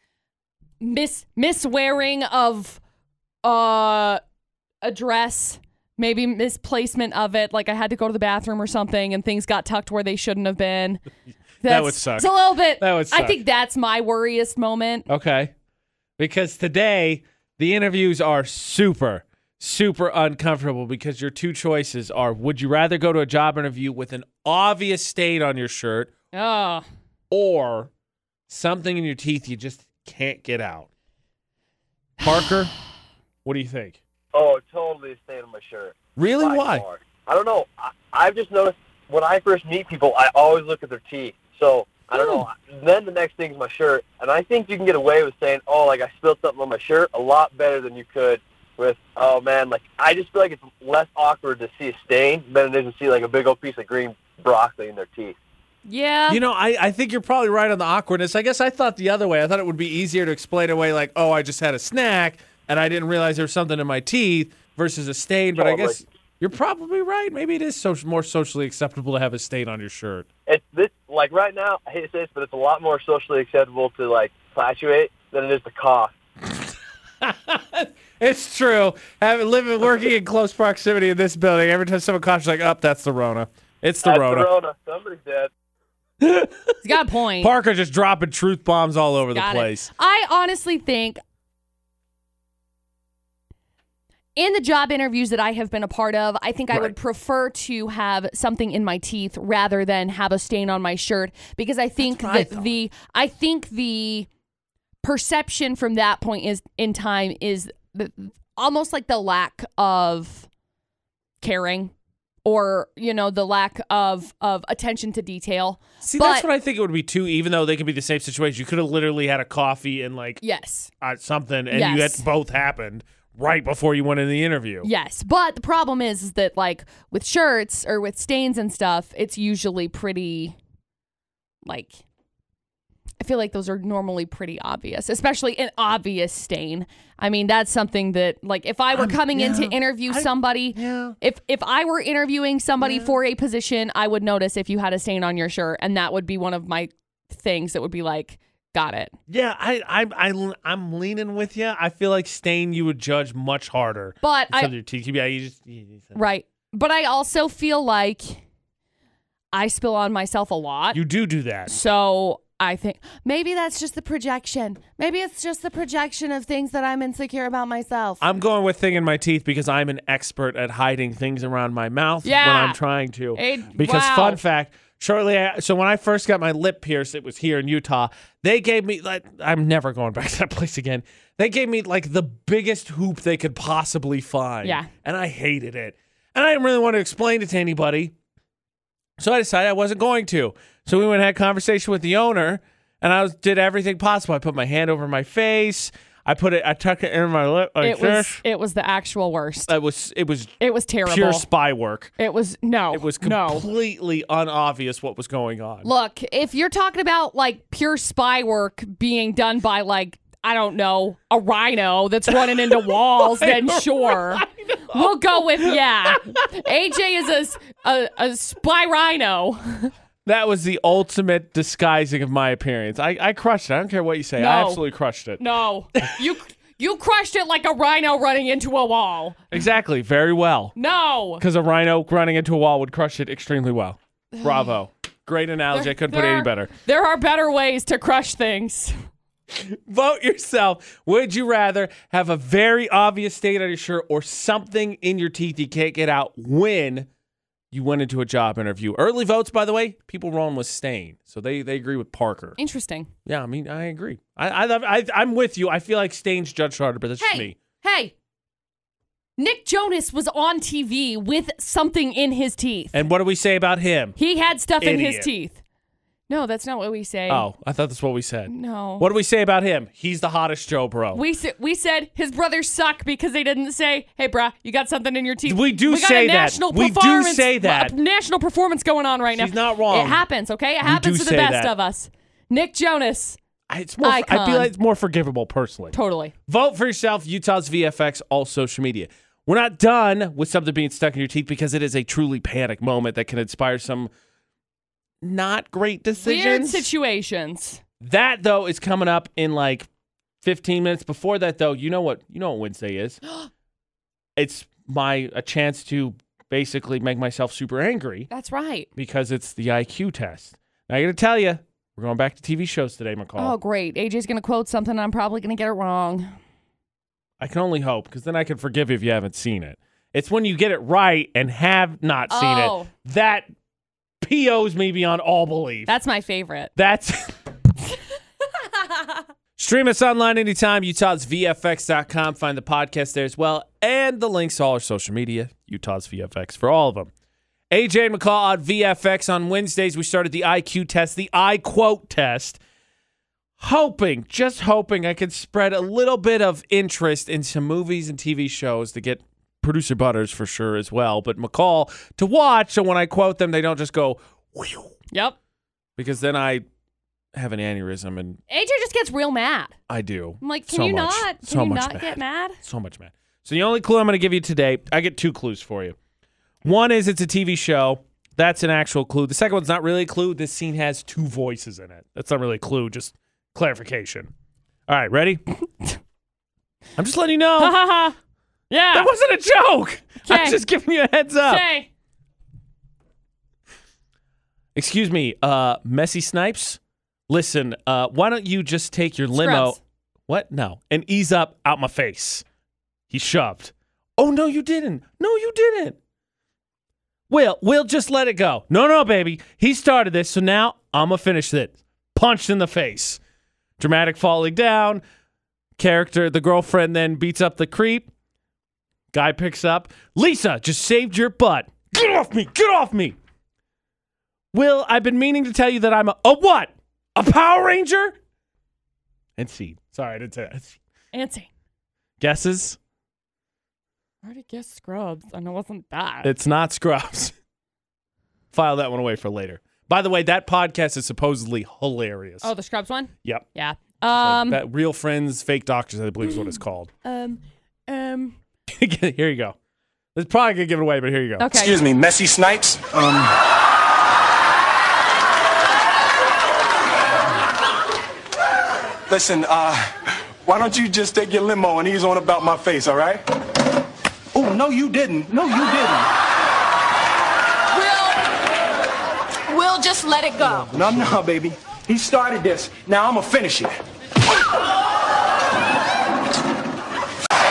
Speaker 3: mis miswearing of uh a dress, maybe misplacement of it. Like I had to go to the bathroom or something, and things got tucked where they shouldn't have been. That's,
Speaker 1: would suck.
Speaker 3: It's a little bit.
Speaker 1: That would
Speaker 3: I
Speaker 1: suck.
Speaker 3: think that's my worriest moment.
Speaker 1: Okay. Because today the interviews are super, super uncomfortable because your two choices are would you rather go to a job interview with an obvious stain on your shirt
Speaker 3: Oh.
Speaker 1: or something in your teeth you just can't get out? Parker, what do you think?
Speaker 4: Oh, totally staying on my shirt.
Speaker 1: Really?
Speaker 4: By
Speaker 1: Why?
Speaker 4: far. I don't know. I, I've just noticed when I first meet people, I always look at their teeth. So I
Speaker 1: Hmm.
Speaker 4: don't know. Then the next thing is my shirt, and I think you can get away with saying, "Oh, like I spilled something on my shirt," a lot better than you could with, "Oh man, like I just feel like it's less awkward to see a stain than it is to see like a big old piece of green broccoli in their teeth."
Speaker 3: Yeah.
Speaker 1: You know, I, I think you're probably right on the awkwardness. I guess I thought the other way. I thought it would be easier to explain away, like, oh, I just had a snack and I didn't realize there was something in my teeth versus a stain. But I
Speaker 4: Totally.
Speaker 1: guess you're probably right. Maybe it is so, more socially acceptable to have a stain on your shirt.
Speaker 4: It's this like right now. I hate to say this, but it's a lot more socially acceptable to like flatulate than it is to cough.
Speaker 1: It's true. Having living working in close proximity in this building, every time someone coughs, you're like, up, that's the Rona. It's the
Speaker 4: That's
Speaker 1: Rona.
Speaker 4: the Rona. Somebody's dead.
Speaker 3: He's got a point.
Speaker 1: Parker just dropping truth bombs all over
Speaker 3: Got
Speaker 1: the
Speaker 3: it.
Speaker 1: place.
Speaker 3: I honestly think in the job interviews that I have been a part of, I think I
Speaker 1: Right.
Speaker 3: would prefer to have something in my teeth rather than have a stain on my shirt because I think
Speaker 1: what I
Speaker 3: that the I think the perception from that point is in time is the, almost like the lack of caring or you know the lack of of attention to detail.
Speaker 1: See,
Speaker 3: But-
Speaker 1: that's what I think it would be too, even though they could be the same situation. You could have literally had a coffee and, like,
Speaker 3: Yes.
Speaker 1: uh, something, and you
Speaker 3: Yes.
Speaker 1: had both happened right before you went in the interview.
Speaker 3: Yes, but the problem is, is that like with shirts or with stains and stuff, it's usually pretty like I feel like those are normally pretty obvious, especially an obvious stain. I mean, that's something that like if I were coming in to interview somebody,
Speaker 1: yeah.
Speaker 3: if if I were interviewing somebody for a position, I would notice if you had a stain on your shirt and that would be one of my things that would be like, got it.
Speaker 1: Yeah, I, I, I, I'm leaning with you. I feel like Stain, you would judge much harder.
Speaker 3: But I
Speaker 1: Some of your teeth. Yeah, you just, you just-
Speaker 3: Right. But I also feel like I spill on myself a lot.
Speaker 1: you do do that.
Speaker 3: so I think maybe that's just the projection. Maybe it's just the projection of things that I'm insecure about myself.
Speaker 1: I'm going with thing in my teeth because I'm an expert at hiding things around my mouth when
Speaker 3: Yeah.
Speaker 1: I'm trying to.
Speaker 3: It-
Speaker 1: because
Speaker 3: wow.
Speaker 1: fun fact, shortly a- so when I first got my lip pierced, it was here in Utah. They gave me like I'm never going back to that place again. They gave me like the biggest hoop they could possibly find.
Speaker 3: Yeah.
Speaker 1: and I hated it, and I didn't really want to explain it to anybody. So I decided I wasn't going to. So we went and had a conversation with the owner, and I was, did everything possible. I put my hand over my face. I put it. I tucked it in my lip. Like
Speaker 3: It was
Speaker 1: this.
Speaker 3: it was the actual worst.
Speaker 1: It was. It was
Speaker 3: It was terrible.
Speaker 1: pure spy work.
Speaker 3: it was no.
Speaker 1: It was
Speaker 3: no.
Speaker 1: completely unobvious what was going on.
Speaker 3: Look, if you're talking about like pure spy work being done by like I don't know a rhino that's running into walls, then sure, we'll go with yeah. AJ is a s- a, a spy rhino.
Speaker 1: That was the ultimate disguising of my appearance. I, I crushed it. I don't care what you say. I
Speaker 3: No.
Speaker 1: absolutely crushed it.
Speaker 3: No, you you crushed it like a rhino running into a wall.
Speaker 1: Exactly. Very well.
Speaker 3: No,
Speaker 1: Because a rhino running into a wall would crush it extremely well. Bravo. Great analogy. I couldn't put it
Speaker 3: there-
Speaker 1: any better.
Speaker 3: there are better ways to crush things.
Speaker 1: Vote yourself. Would you rather have a very obvious stain on your shirt or something in your teeth you can't get out when you went into a job interview? Early votes, by the way, people rolling with stain. So they, they agree with Parker.
Speaker 3: Interesting.
Speaker 1: Yeah, I mean, I agree. I, I, love- I I'm with you. I feel like stain's judged harder, but that's just
Speaker 3: Hey.
Speaker 1: me.
Speaker 3: Hey, Nick Jonas was on TV with something in his teeth.
Speaker 1: And what do we say about him?
Speaker 3: He had stuff in his
Speaker 1: Idiot.
Speaker 3: teeth. No, that's not what we say.
Speaker 1: Oh, I thought that's what we said.
Speaker 3: no.
Speaker 1: What do we say about him? He's the hottest Joe, bro.
Speaker 3: We sa- we said his brothers suck because they didn't say, "Hey, bruh, you got something in your teeth."
Speaker 1: We do
Speaker 3: got
Speaker 1: say
Speaker 3: a
Speaker 1: that.
Speaker 3: national
Speaker 1: We do
Speaker 3: performance-
Speaker 1: say that.
Speaker 3: a national performance going on right now.
Speaker 1: She's not wrong.
Speaker 3: It happens, okay? It
Speaker 1: do
Speaker 3: happens to the
Speaker 1: say
Speaker 3: best
Speaker 1: that.
Speaker 3: of us. Nick Jonas,
Speaker 1: I- it's more. I feel
Speaker 3: Icon.
Speaker 1: like it's more forgivable personally.
Speaker 3: totally.
Speaker 1: Vote for yourself. Utah's VFX. All social media. We're not done with something being stuck in your teeth because it is a truly panic moment that can inspire some not great
Speaker 3: Weird
Speaker 1: decisions.
Speaker 3: situations.
Speaker 1: that though is coming up in like 15 minutes. Before that though, you know what? You know what Wednesday is. it's my a chance to basically make myself super angry.
Speaker 3: That's right.
Speaker 1: because it's the IQ test. Now I got to tell you, we're going back to TV shows today, McCall.
Speaker 3: Oh, great. AJ's gonna quote something. I'm probably gonna get it wrong.
Speaker 1: I can only hope because then I can forgive you if you haven't seen it. It's when you get it right and have not seen
Speaker 3: Oh.
Speaker 1: it that POs me beyond all belief.
Speaker 3: That's my favorite.
Speaker 1: That's. Stream us online anytime, Utah's VFX.com. Find the podcast there as well, and the links to all our social media, Utah's VFX, for all of them. AJ and McCall on VFX on Wednesdays. We started the IQ test, the I quote test, hoping, just hoping I could spread a little bit of interest into movies and TV shows to get producer Butters for sure as well, but McCall to watch. So when I quote them, they don't just go, "Whew,"
Speaker 3: Yep.
Speaker 1: because then I have an aneurysm and
Speaker 3: AJ just gets real mad.
Speaker 1: I do.
Speaker 3: I'm like, can
Speaker 1: So
Speaker 3: you
Speaker 1: much.
Speaker 3: not? Can
Speaker 1: so
Speaker 3: you
Speaker 1: much
Speaker 3: not get mad?
Speaker 1: So much mad. So the only clue I'm going to give you today, I get two clues for you. One is it's a TV show. That's an actual clue. The second one's not really a clue. This scene has two voices in it. That's not really a clue, just clarification. All right, ready? I'm just letting you
Speaker 3: Ha
Speaker 1: know.
Speaker 3: ha ha.
Speaker 1: That
Speaker 3: Yeah.
Speaker 1: wasn't a joke. I'm
Speaker 3: Okay.
Speaker 1: just giving you a heads up.
Speaker 3: Say.
Speaker 1: Excuse me, uh, Messy Snipes. Listen, uh, why don't you just take your limo?
Speaker 3: Scrubs.
Speaker 1: What? No, and ease up out my face. He shoved. Oh no, you didn't. No, you didn't. Will, Will, just let it go. No, no, baby. He started this, so now I'ma finish it. Punched in the face. Dramatic falling down. Character, the girlfriend then beats up the creep. Guy picks up. Lisa just saved your butt. Get off me! Get off me! Will, I've been meaning to tell you that I'm a, a what? A Power Ranger? And seed. Sorry, I didn't say that.
Speaker 3: Antsy.
Speaker 1: Guesses?
Speaker 3: I already guessed Scrubs, and it wasn't that.
Speaker 1: It's not Scrubs. File that one away for later. By the way, that podcast is supposedly hilarious.
Speaker 3: oh, the Scrubs one?
Speaker 1: yep.
Speaker 3: Yeah.
Speaker 1: Like
Speaker 3: Um,
Speaker 1: that real friends, fake doctors, I believe is what it's called.
Speaker 3: um, um.
Speaker 1: here you go. It's probably gonna give it away, but here you go.
Speaker 3: Okay.
Speaker 7: Excuse me, Messy Snipes. Um, listen, uh, why don't you just take your limo and ease on about my face, all right? Oh, no, you didn't. No, you didn't.
Speaker 8: Will, Will, just let it go.
Speaker 7: No, no, baby. He started this. Now I'm gonna finish it.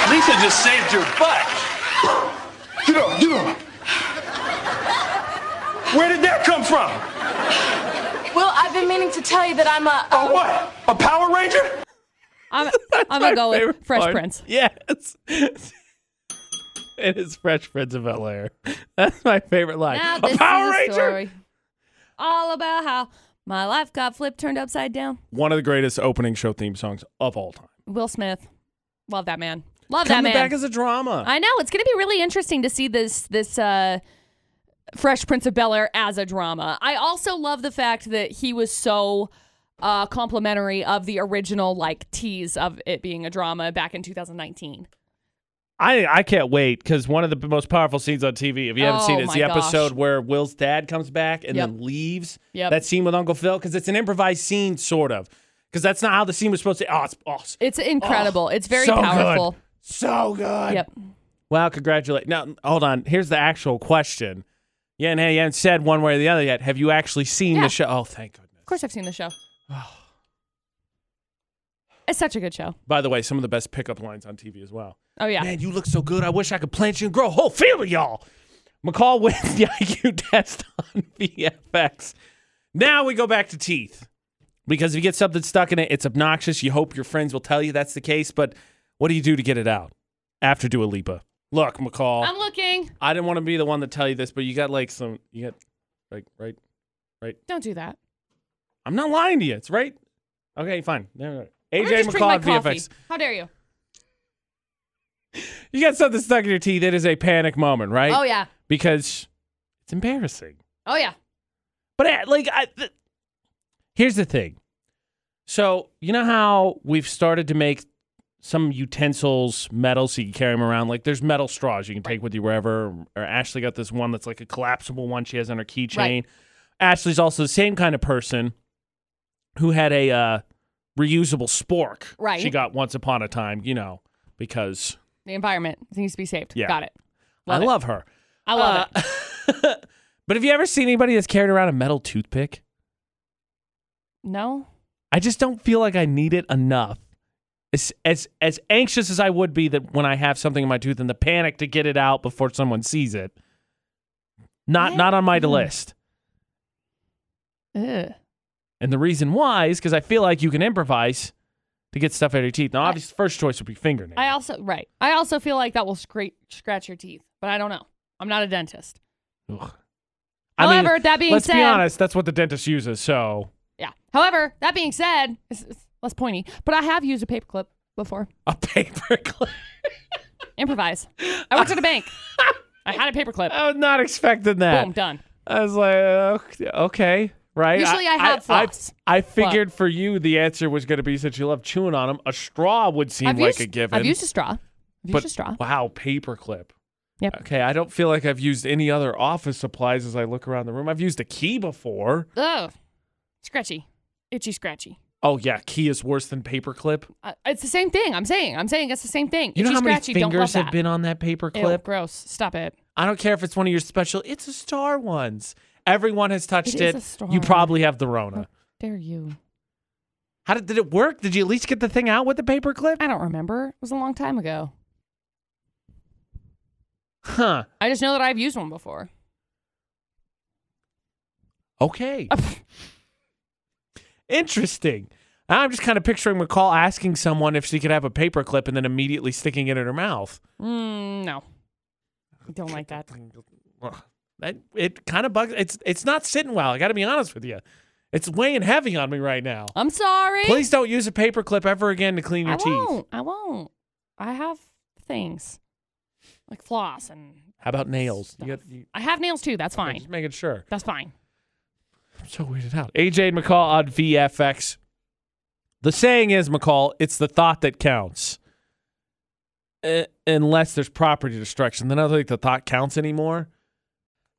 Speaker 7: Lisa just saved your butt. Get up, get up. Where did that come from?
Speaker 8: Will, I've been meaning to tell you that I'm a.
Speaker 7: A what? A Power Ranger?
Speaker 3: I'm, I'm gonna go with Fresh Prince.
Speaker 1: Yes. it is Fresh Prince of Bel Air. That's my favorite line.
Speaker 3: Now
Speaker 1: a
Speaker 3: this
Speaker 1: Power
Speaker 3: is a
Speaker 1: Ranger.
Speaker 3: story all about how My life got flipped, turned upside down.
Speaker 1: One of the greatest opening show theme songs of all time.
Speaker 3: Will Smith. Love that man. Love
Speaker 1: Coming
Speaker 3: that man.
Speaker 1: back as a drama.
Speaker 3: I know it's going to be really interesting to see this this uh, Fresh Prince of Bel Air as a drama. I also love the fact that he was so uh, complimentary of the original like tease of it being a drama back in 2019.
Speaker 1: I I can't wait because one of the most powerful scenes on TV, if you haven't seen
Speaker 3: Oh
Speaker 1: it, it's
Speaker 3: my
Speaker 1: the episode
Speaker 3: gosh.
Speaker 1: where Will's dad comes back and
Speaker 3: Yep.
Speaker 1: then leaves.
Speaker 3: Yep.
Speaker 1: That scene with Uncle Phil because it's an improvised scene, sort of. Because that's not how the scene was supposed to. Oh, it's awesome.
Speaker 3: It's incredible. it's very
Speaker 1: Oh, so
Speaker 3: powerful.
Speaker 1: Good. So good.
Speaker 3: Yep.
Speaker 1: Wow, congratulate. Now, hold on. Here's the actual question. Yeah, and hey, you haven't said one way or the other yet. Have you actually seen
Speaker 3: Yeah.
Speaker 1: the show? Oh, thank goodness.
Speaker 3: Of course, I've seen the show. it's such a good show.
Speaker 1: By the way, some of the best pickup lines on TV as well.
Speaker 3: Oh yeah.
Speaker 1: Man, you look so good. I wish I could plant you and grow a whole field of y'all. McCall wins the IQ test on VFX. Now we go back to teeth. Because if you get something stuck in it, it's obnoxious. You hope your friends will tell you that's the case, but what do you do to get it out? After Dua Lipa. Look, McCall.
Speaker 3: I'm looking.
Speaker 1: I didn't want to be the one to tell you this, but you got like some, you got like right.
Speaker 3: Don't do that.
Speaker 1: I'm not lying to you. It's right. Okay, fine. Never mind.
Speaker 3: I'm
Speaker 1: AJ
Speaker 3: gonna just drink my
Speaker 1: McCloud
Speaker 3: coffee.
Speaker 1: VFX.
Speaker 3: How dare you?
Speaker 1: You got something stuck in your teeth. It is a panic moment, right?
Speaker 3: Oh yeah.
Speaker 1: Because it's embarrassing.
Speaker 3: Oh yeah.
Speaker 1: But I, like, I, th- here's the thing. So you know how we've started to make some utensils metal, so you can carry them around. Like there's metal straws you can take with you wherever. Or Ashley got this one that's like a collapsible one she has on her keychain.
Speaker 3: Right.
Speaker 1: Ashley's also the same kind of person who had a uh, reusable spork.
Speaker 3: Right.
Speaker 1: She got once upon a time, you know, because
Speaker 3: The environment needs to be saved.
Speaker 1: Yeah. Uh,
Speaker 3: Got it.
Speaker 1: I love her.
Speaker 3: I love it.
Speaker 1: it. but have you ever seen anybody that's carried around a metal toothpick?
Speaker 3: No.
Speaker 1: I just don't feel like I need it enough. As, as as anxious as I would be that when I have something in my tooth and the panic to get it out before someone sees it, not
Speaker 3: Yeah.
Speaker 1: not on my
Speaker 3: Mm.
Speaker 1: list.
Speaker 3: Ugh.
Speaker 1: And the reason why is because I feel like you can improvise to get stuff out of your teeth. Now, obviously, first choice would be fingernail.
Speaker 3: I also right. I also feel like that will scrape scratch your teeth, but I don't know. I'm not a dentist.
Speaker 1: Ugh. I mean,
Speaker 3: However, that being
Speaker 1: let's
Speaker 3: said,
Speaker 1: be honest, that's what the dentist uses. So,
Speaker 3: yeah. However, that being said, it's, it's less pointy, but I have used a paperclip before.
Speaker 1: a paper clip.
Speaker 3: Improvise. I worked at a bank. I had a paperclip.
Speaker 1: I was not expecting that.
Speaker 3: Boom, done.
Speaker 1: I was like, uh, ok- okay, right?
Speaker 3: Usually I have floss.
Speaker 1: I, figured for you the answer was going to be since you love chewing on them, a straw would seem
Speaker 3: I've
Speaker 1: like
Speaker 3: used,
Speaker 1: a given.
Speaker 3: I've used a straw. I've used
Speaker 1: but
Speaker 3: a straw.
Speaker 1: wow, paperclip.
Speaker 3: Yep.
Speaker 1: Okay, I don't feel like I've used any other office supplies as I look around the room. I've used a key before.
Speaker 3: Ugh. Scratchy. Itchy scratchy.
Speaker 1: Oh yeah, key is worse than paperclip.
Speaker 3: Uh, it's the same thing. I'm saying. I'm saying it's the same thing.
Speaker 1: You know
Speaker 3: Itchy
Speaker 1: how many
Speaker 3: scratchy. don't love
Speaker 1: fingers have
Speaker 3: that.
Speaker 1: been on that paperclip?
Speaker 3: Ew, gross. Stop it.
Speaker 1: I don't care if it's one of your special. It's a star ones. Everyone has touched
Speaker 3: It
Speaker 1: it.
Speaker 3: is a star.
Speaker 1: You probably have the Rona.
Speaker 3: Dare you?
Speaker 1: How did, did it work? Did you at least get the thing out with the paperclip?
Speaker 3: I don't remember. It was a long time ago.
Speaker 1: Huh.
Speaker 3: I just know that I've used one before.
Speaker 1: Okay. Interesting. Now I'm just kind of picturing McCall asking someone if she could have a paperclip and then immediately sticking it in her mouth.
Speaker 3: Mm, no. I Don't like that.
Speaker 1: That it kind of bugs. It's it's not sitting well. I got to be honest with you. It's weighing heavy on me right now.
Speaker 3: I'm sorry.
Speaker 1: Please don't use a paperclip ever again to clean your
Speaker 3: I
Speaker 1: teeth.
Speaker 3: won't. I won't. I have things like floss and
Speaker 1: How about nails? You
Speaker 3: Stuff.
Speaker 1: got- you-
Speaker 3: I have nails too. That's
Speaker 1: I'm
Speaker 3: fine.
Speaker 1: Just making sure.
Speaker 3: That's fine.
Speaker 1: I'm so weirded out. AJ and McCall on VFX. The saying is, McCall, it's the thought that counts. Uh, unless there's property destruction, then I don't think the thought counts anymore.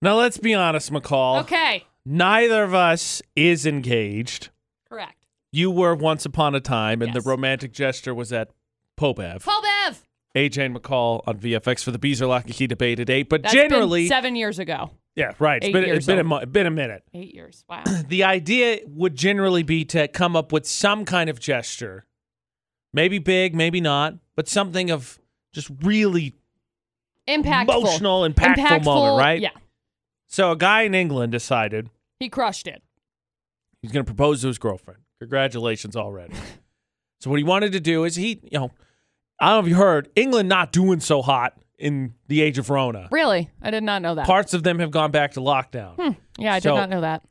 Speaker 1: Now, let's be honest, McCall.
Speaker 3: Okay.
Speaker 1: Neither of us is engaged.
Speaker 3: Correct.
Speaker 1: You were once upon a time, and
Speaker 3: Yes.
Speaker 1: the romantic gesture was at Popev.
Speaker 3: Paul Bev.
Speaker 1: AJ and McCall on VFX for the Bees are Lock and Key debate at 8. But
Speaker 3: That's been
Speaker 1: generally,
Speaker 3: seven years ago.
Speaker 1: yeah, right. It's
Speaker 3: eight
Speaker 1: been,
Speaker 3: years
Speaker 1: it's been, a,
Speaker 3: old.
Speaker 1: mo- been a minute.
Speaker 3: Eight years. Wow.
Speaker 1: the idea would generally be to come up with some kind of gesture, maybe big, maybe not, but something of just really.
Speaker 3: Impactful.
Speaker 1: Emotional, impactful moment, right?
Speaker 3: Yeah.
Speaker 1: So a guy in England decided
Speaker 3: He crushed it.
Speaker 1: he's going to propose to his girlfriend. Congratulations already. so what he wanted to do is he, you know, I don't know if you heard, England not doing so hot in the age of Rona.
Speaker 3: Really? I did not know that.
Speaker 1: Parts of them have gone back to lockdown.
Speaker 3: yeah, I
Speaker 1: So-
Speaker 3: did not know that.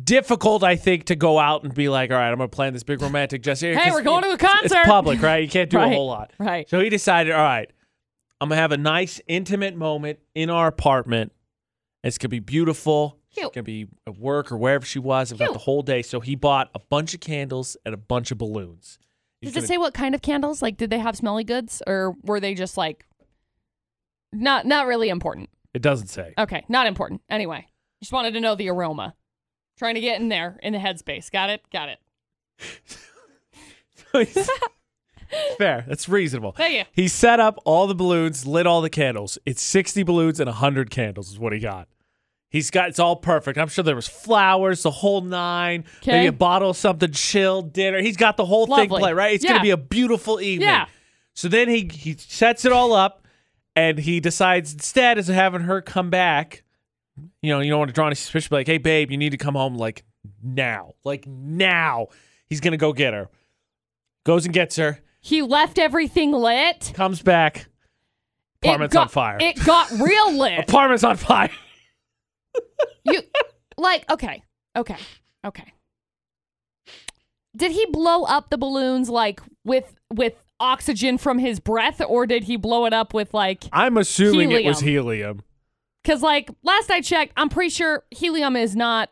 Speaker 1: difficult, I think, to go out and be like, all right, I'm going to plan this big romantic just here.
Speaker 3: Hey,
Speaker 1: 'cause
Speaker 3: we're going to a
Speaker 1: it's
Speaker 3: concert.
Speaker 1: public, right? You can't do a
Speaker 3: Right,
Speaker 1: whole lot.
Speaker 3: right.
Speaker 1: So he decided, all right, I'm going to have a nice, intimate moment in our apartment. It's going to be beautiful.
Speaker 3: Cute.
Speaker 1: It's going to be at work or wherever she was. I've got
Speaker 3: Cute.
Speaker 1: the whole day. So he bought a bunch of candles and a bunch of balloons. He's
Speaker 3: Does it
Speaker 1: gonna-
Speaker 3: say what kind of candles? Like, did they have smelly goods, or were they just like not not really important?
Speaker 1: It doesn't say.
Speaker 3: Okay, not important. Anyway, just wanted to know the aroma. Trying to get in there in the headspace. Got it. Got it.
Speaker 1: Fair. That's reasonable.
Speaker 3: Thank you.
Speaker 1: He set up all the balloons, lit all the candles. It's 60 balloons and 100 candles is what he got. He's got it's all perfect. I'm sure there was flowers, the whole nine, maybe
Speaker 3: Okay.
Speaker 1: a bottle of something, chill, dinner. He's got the whole thing
Speaker 3: Lovely.
Speaker 1: planned, right? It's gonna
Speaker 3: Yeah.
Speaker 1: be a beautiful evening.
Speaker 3: Yeah.
Speaker 1: So then he he sets it all up and he decides instead is having her come back. You know, you don't want to draw any suspicion, but like, hey babe, you need to come home like now. Like now. He's gonna go get her. Goes and gets her,
Speaker 3: He left everything lit.
Speaker 1: comes back,
Speaker 3: It
Speaker 1: apartment's
Speaker 3: got-
Speaker 1: on fire.
Speaker 3: It got real lit.
Speaker 1: apartment's on fire.
Speaker 3: you like okay, okay, okay. Did he blow up the balloons like with with oxygen from his breath, or did he blow it up with like?
Speaker 1: I'm assuming it was helium.
Speaker 3: Because like last I checked, I'm pretty sure helium is not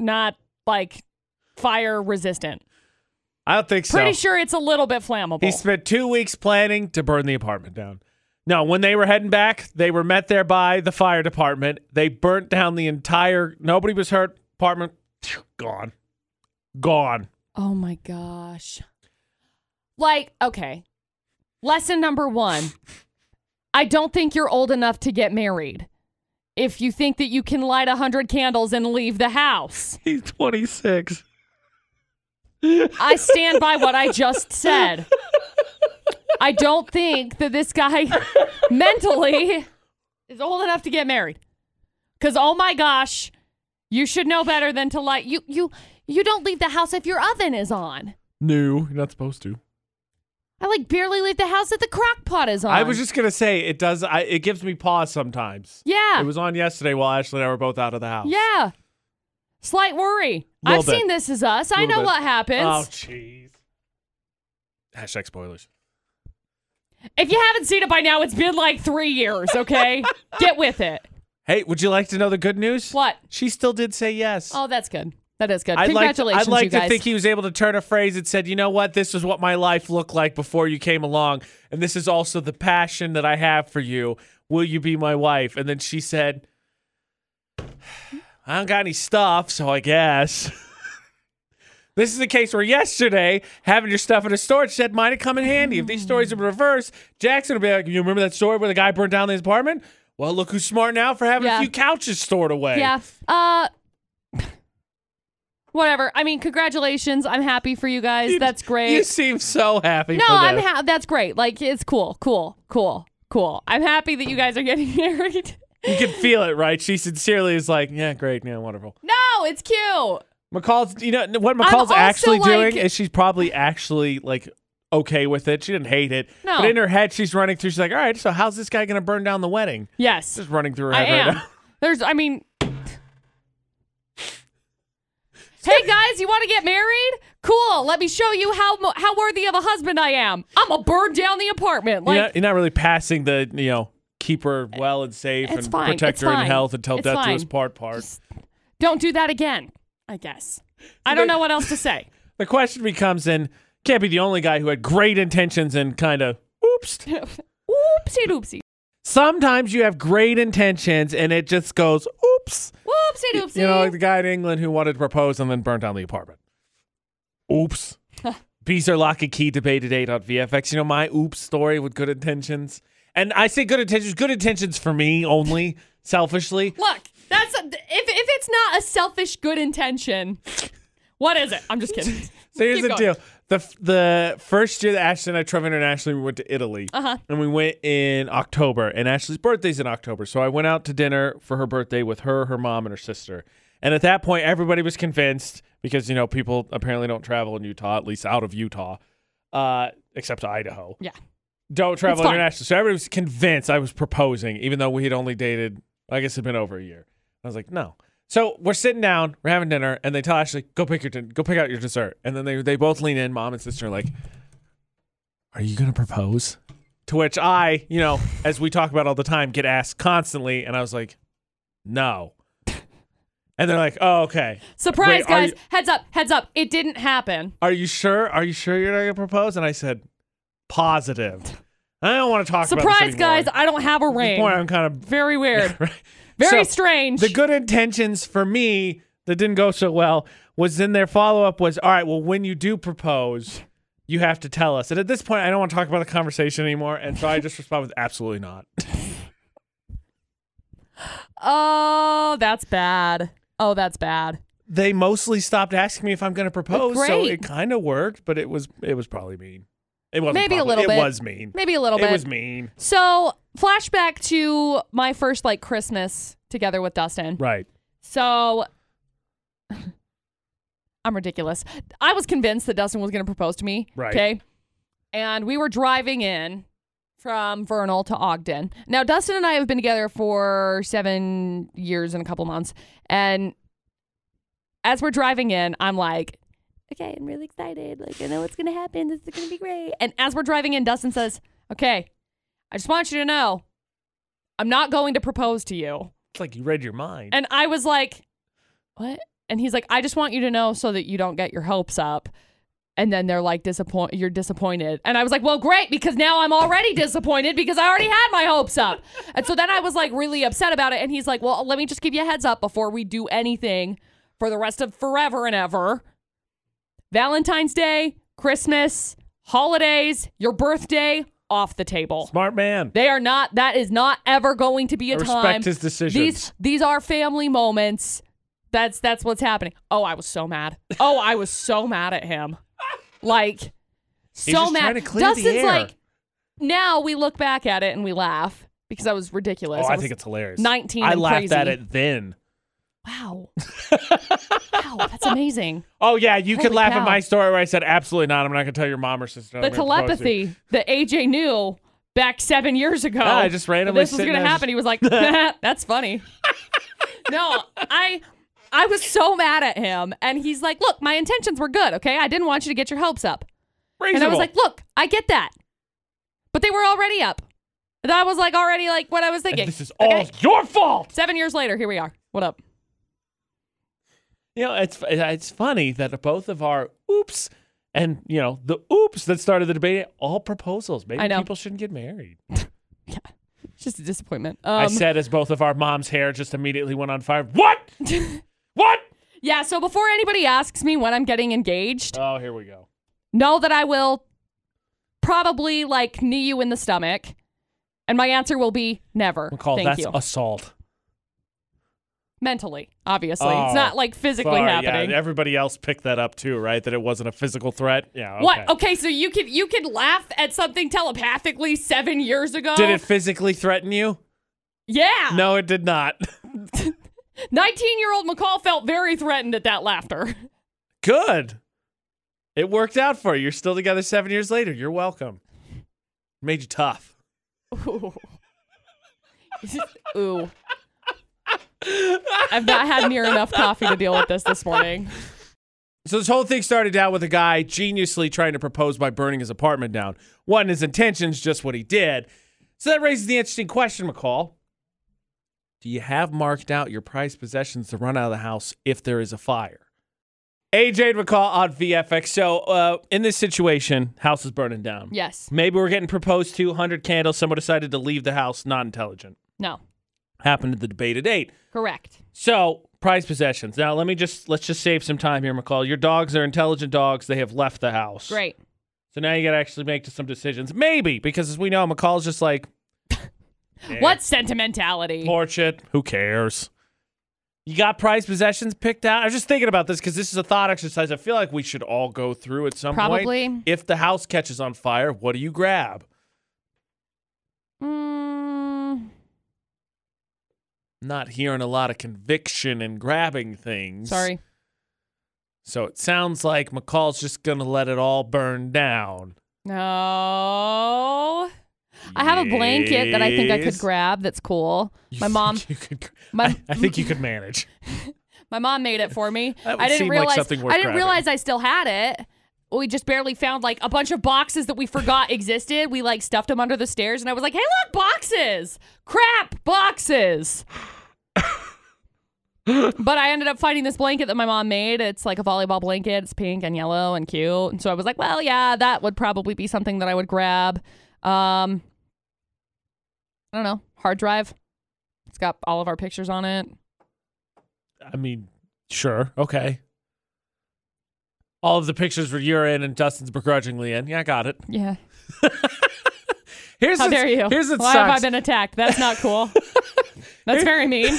Speaker 3: not like fire resistant.
Speaker 1: I don't think so.
Speaker 3: Pretty sure it's a little bit flammable.
Speaker 1: He spent two weeks planning to burn the apartment down. No, when they were heading back, they were met there by the fire department. They burnt down the entire. Nobody was hurt. Apartment gone, gone.
Speaker 3: oh my gosh. Like, okay. Lesson number one. I don't think you're old enough to get married. If you think that you can light a hundred candles and leave the house.
Speaker 1: He's 26.
Speaker 3: I stand by what I just said. I don't think that this guy mentally is old enough to get married. Cause oh my gosh, you should know better than to like you you you don't leave the house if your oven is on.
Speaker 1: No, you're not supposed to.
Speaker 3: I like barely leave the house if the crock pot is on.
Speaker 1: I was just gonna say it does. I, it gives me pause sometimes.
Speaker 3: Yeah.
Speaker 1: It was on yesterday while Ashley and I were both out of the house.
Speaker 3: yeah. Slight worry.
Speaker 1: Little
Speaker 3: I've
Speaker 1: bit.
Speaker 3: seen this is us. I
Speaker 1: Little
Speaker 3: know
Speaker 1: bit.
Speaker 3: what happens.
Speaker 1: Oh, jeez. Hashtag spoilers.
Speaker 3: If you haven't seen it by now, it's been like three years, okay? Get with it.
Speaker 1: Hey, would you like to know the good news?
Speaker 3: What?
Speaker 1: She still did say yes.
Speaker 3: Oh, that's good. That is good.
Speaker 1: I'd like,
Speaker 3: Congratulations,
Speaker 1: I'd like
Speaker 3: you guys.
Speaker 1: to think he was able to turn a phrase and said, you know what? This is what my life looked like before you came along. And this is also the passion that I have for you. Will you be my wife? And then she said, I don't got any stuff, so I guess. this is the case where yesterday, having your stuff in a storage shed might have come in handy. If these stories are reversed, Jackson would be like, you remember that story where the guy burned down his apartment? Well, look who's smart now for having a
Speaker 3: Yeah.
Speaker 1: few couches stored away.
Speaker 3: Yeah. Uh whatever. I mean, congratulations. I'm happy for you guys.
Speaker 1: You-
Speaker 3: that's great.
Speaker 1: You seem so happy.
Speaker 3: no,
Speaker 1: for
Speaker 3: I'm
Speaker 1: this.
Speaker 3: ha- that's great. Like it's cool. Cool. Cool. Cool. I'm happy that you guys are getting married.
Speaker 1: You can feel it, right? She sincerely is like, yeah, great, yeah, wonderful.
Speaker 3: no, it's cute.
Speaker 1: McCall's, you know, what
Speaker 3: I'm
Speaker 1: McCall's
Speaker 3: also
Speaker 1: actually
Speaker 3: like-
Speaker 1: doing is she's probably actually like okay with it. She didn't hate it.
Speaker 3: No.
Speaker 1: But in her head, she's running through. She's like, all right, so how's this guy going to burn down the wedding?
Speaker 3: Yes.
Speaker 1: Just running through her
Speaker 3: I
Speaker 1: head right
Speaker 3: am.
Speaker 1: now.
Speaker 3: There's I mean Hey guys, you want to get married? Cool. Let me show you how mo- how worthy of a husband I am. I'm gonna burn down the apartment. Like Eh,
Speaker 1: you're, not, you're not really passing the, you know, keep her well and safe
Speaker 3: It's
Speaker 1: and
Speaker 3: fine,
Speaker 1: protect
Speaker 3: it's
Speaker 1: her in
Speaker 3: fine,
Speaker 1: health until
Speaker 3: it's
Speaker 1: death do
Speaker 3: fine.
Speaker 1: us part part.
Speaker 3: don't do that again. I guess. I don't know what else to say.
Speaker 1: the question becomes then, can't be the only guy who had great intentions and kind of, oops.
Speaker 3: Oopsie doopsie.
Speaker 1: Sometimes you have great intentions and it just goes, oops.
Speaker 3: Whoopsie doopsie.
Speaker 1: You know, like the guy in England who wanted to propose and then burnt down the apartment. Oops. Bees are lock and key debate today on VFX. You know, my oops story with good intentions. And I say good intentions, good intentions for me only, selfishly.
Speaker 3: Look, that's if if it's not a selfish good intention, what is it? I'm just kidding.
Speaker 1: So here's
Speaker 3: Keep
Speaker 1: the
Speaker 3: going.
Speaker 1: deal. The f- the first year that Ashley and I traveled internationally, we went to Italy. Uh-huh. And we went in October, and Ashley's birthday's in October. So I went out to dinner for her birthday with her, her mom, and her sister. And at that point, everybody was convinced because, you know, people apparently don't travel in Utah, at least out of Utah, uh, except Idaho.
Speaker 3: Yeah.
Speaker 1: Don't travel
Speaker 3: It's fine.
Speaker 1: internationally. So everybody was convinced I was proposing, even though we had only dated, I guess it had been over a year. I was like, no. So we're sitting down, we're having dinner, and they tell Ashley, "Go pick your din- go pick out your dessert." And then they they both lean in, mom and sister, are like, "Are you gonna propose?" To which I, you know, as we talk about all the time, get asked constantly, and I was like, "No." And they're like, "Oh, okay.
Speaker 3: Surprise,
Speaker 1: Wait, are
Speaker 3: guys.
Speaker 1: you-
Speaker 3: Heads up, heads up. It didn't happen.
Speaker 1: Are you sure? Are you sure you're not gonna propose?" And I said, "Positive. I don't want to talk about
Speaker 3: Surprise,
Speaker 1: this
Speaker 3: guys.
Speaker 1: anymore.
Speaker 3: I don't have a
Speaker 1: At this point,
Speaker 3: ring.
Speaker 1: I'm kind
Speaker 3: Very weird.
Speaker 1: of
Speaker 3: Very
Speaker 1: So-
Speaker 3: strange.
Speaker 1: the good intentions for me that didn't go so well was in their follow up was all right. Well, when you do propose, you have to tell us. And at this point, I don't want to talk about the conversation anymore, and so I just respond with absolutely not.
Speaker 3: oh, that's bad. Oh, that's bad.
Speaker 1: They mostly stopped asking me if I'm going to propose, so
Speaker 3: great.
Speaker 1: it kind of worked, but it was it was probably mean. It wasn't
Speaker 3: Maybe a
Speaker 1: probably-
Speaker 3: little
Speaker 1: It
Speaker 3: bit.
Speaker 1: was mean.
Speaker 3: Maybe a little
Speaker 1: It
Speaker 3: bit.
Speaker 1: was mean.
Speaker 3: So, flashback to my first like Christmas together with Dustin.
Speaker 1: Right.
Speaker 3: So, I'm ridiculous. I was convinced that Dustin was going to propose to me.
Speaker 1: Right.
Speaker 3: Okay. And we were driving in from Vernal to Ogden. Now, Dustin and I have been together for seven years and a couple months. And as we're driving in, I'm like, okay, I'm really excited. Like, I know what's going to happen. This is going to be great. And as we're driving in, Dustin says, okay, I just want you to know I'm not going to propose to you.
Speaker 1: It's like you read your mind.
Speaker 3: And I was like, what? And he's like, I just want you to know so that you don't get your hopes up. And then they're like, disappoint. You're disappointed. And I was like, well, great, because now I'm already disappointed because I already had my hopes up. And so then I was like, really upset about it. And he's like, well, let me just give you a heads up before we do anything for the rest of forever and ever. Valentine's Day, Christmas, holidays, your birthday, off the table.
Speaker 1: Smart man.
Speaker 3: They are not. That is not ever going to be a
Speaker 1: I respect
Speaker 3: time.
Speaker 1: his decisions.
Speaker 3: These these are family moments. That's that's what's happening. Oh, I was so mad. Oh, I was so mad at him. Like so
Speaker 1: just
Speaker 3: mad.
Speaker 1: trying to clear the
Speaker 3: Dustin's
Speaker 1: air.
Speaker 3: like. Now we look back at it and we laugh because I was ridiculous.
Speaker 1: Oh, I
Speaker 3: was-
Speaker 1: think it's hilarious.
Speaker 3: 19
Speaker 1: I
Speaker 3: and
Speaker 1: laughed at
Speaker 3: crazy.
Speaker 1: it then.
Speaker 3: wow. wow, that's amazing.
Speaker 1: Oh yeah, you could
Speaker 3: Holy
Speaker 1: laugh
Speaker 3: cow.
Speaker 1: at my story where I said absolutely not. I'm not gonna tell your mom or sister. I'm
Speaker 3: The
Speaker 1: gonna propose to you."
Speaker 3: telepathy that AJ knew back seven years ago.
Speaker 1: Yeah, I just randomly
Speaker 3: This was
Speaker 1: sitting
Speaker 3: gonna
Speaker 1: there
Speaker 3: happen. He was like, "That's funny." no, I, I was so mad at him, and he's like, "Look, my intentions were good. Okay, I didn't want you to get your hopes up." And I was
Speaker 1: Reasonable.
Speaker 3: like, "Look, I get that," but they were already up. And I was like, already like what I was
Speaker 1: And
Speaker 3: thinking.
Speaker 1: this is all
Speaker 3: Okay.
Speaker 1: your fault.
Speaker 3: Seven years later, here we are. What up?
Speaker 1: You know, it's it's funny that both of our oops and you know the oops that started the debate. All proposals. Maybe
Speaker 3: I know.
Speaker 1: people shouldn't get married.
Speaker 3: It's just a disappointment.
Speaker 1: I
Speaker 3: Um,
Speaker 1: said as both of our mom's hair just immediately went on fire. What? what?
Speaker 3: yeah. So before anybody asks me when I'm getting engaged,
Speaker 1: Oh, here we go.
Speaker 3: know that I will probably like knee you in the stomach. And my answer will be never.
Speaker 1: McCall,
Speaker 3: Thank
Speaker 1: that's
Speaker 3: you.
Speaker 1: assault.
Speaker 3: Mentally, obviously.
Speaker 1: Oh,
Speaker 3: it's not like physically
Speaker 1: Sorry,
Speaker 3: happening.
Speaker 1: Yeah, everybody else picked that up too, right? That it wasn't a physical threat. Yeah. Okay.
Speaker 3: What? Oh, Okay, so you could you could laugh at something telepathically seven years ago.
Speaker 1: Did it physically threaten you?
Speaker 3: yeah.
Speaker 1: No, it did not.
Speaker 3: Nineteen year old McCall felt very threatened at that laughter.
Speaker 1: Good. It worked out for you. You're still together seven years later. You're welcome. Made you tough.
Speaker 3: Ooh. Ooh. I've not had near enough coffee to deal with this this morning.
Speaker 1: So this whole thing started out with a guy geniusly trying to propose by burning his apartment down. One, his intentions, just what he did. So that raises the interesting question, McCall. Do you have marked out your prized possessions to run out of the house if there is a fire? AJ McCall on VFX. So uh, in this situation, house is burning down.
Speaker 3: Yes.
Speaker 1: Maybe we're getting proposed to, 100 candles. Someone decided to leave the house, not intelligent.
Speaker 3: No.
Speaker 1: Happened at the debate at 8.
Speaker 3: Correct.
Speaker 1: So, prized possessions. Now, let me just, let's just save some time here, McCall. Your dogs are intelligent dogs. They have left the house.
Speaker 3: Great.
Speaker 1: So now you got to actually make some decisions. Maybe, because as we know, McCall's just like,
Speaker 3: What sentimentality?
Speaker 1: porch it. Who cares? You got prized possessions picked out. I was just thinking about this because this is a thought exercise. I feel like we should all go through at some
Speaker 3: Probably.
Speaker 1: point. If the house catches on fire, what do you grab?
Speaker 3: Mm,
Speaker 1: Not hearing a lot of conviction and grabbing things.
Speaker 3: sorry.
Speaker 1: So it sounds like McCall's just gonna let it all burn down.
Speaker 3: No. I have a blanket that I think I could
Speaker 1: Yes.
Speaker 3: grab that's cool.
Speaker 1: You
Speaker 3: My
Speaker 1: think
Speaker 3: mom
Speaker 1: you could,
Speaker 3: my-
Speaker 1: I, I think you could manage.
Speaker 3: My mom made it for me.
Speaker 1: That would
Speaker 3: I didn't
Speaker 1: seem like
Speaker 3: realize
Speaker 1: something worth
Speaker 3: I didn't
Speaker 1: grabbing.
Speaker 3: realize I still had it. We just barely found like a bunch of boxes that we forgot existed. We like stuffed them under the stairs, and I was like, "Hey, look, boxes! Crap, boxes!" but I ended up finding this blanket that my mom made. It's like a volleyball blanket. It's pink and yellow and cute. And so I was like, "Well, yeah, that would probably be something that I would grab." Um, I don't know, hard drive. It's got all of our pictures on it.
Speaker 1: I mean, sure, okay. All of the pictures were you're in and Dustin's begrudgingly in. Yeah, I got it.
Speaker 3: Yeah.
Speaker 1: Here's
Speaker 3: How
Speaker 1: what's-
Speaker 3: dare you?
Speaker 1: Here's what
Speaker 3: Why have I
Speaker 1: sucks.
Speaker 3: been attacked? That's not cool. That's very mean.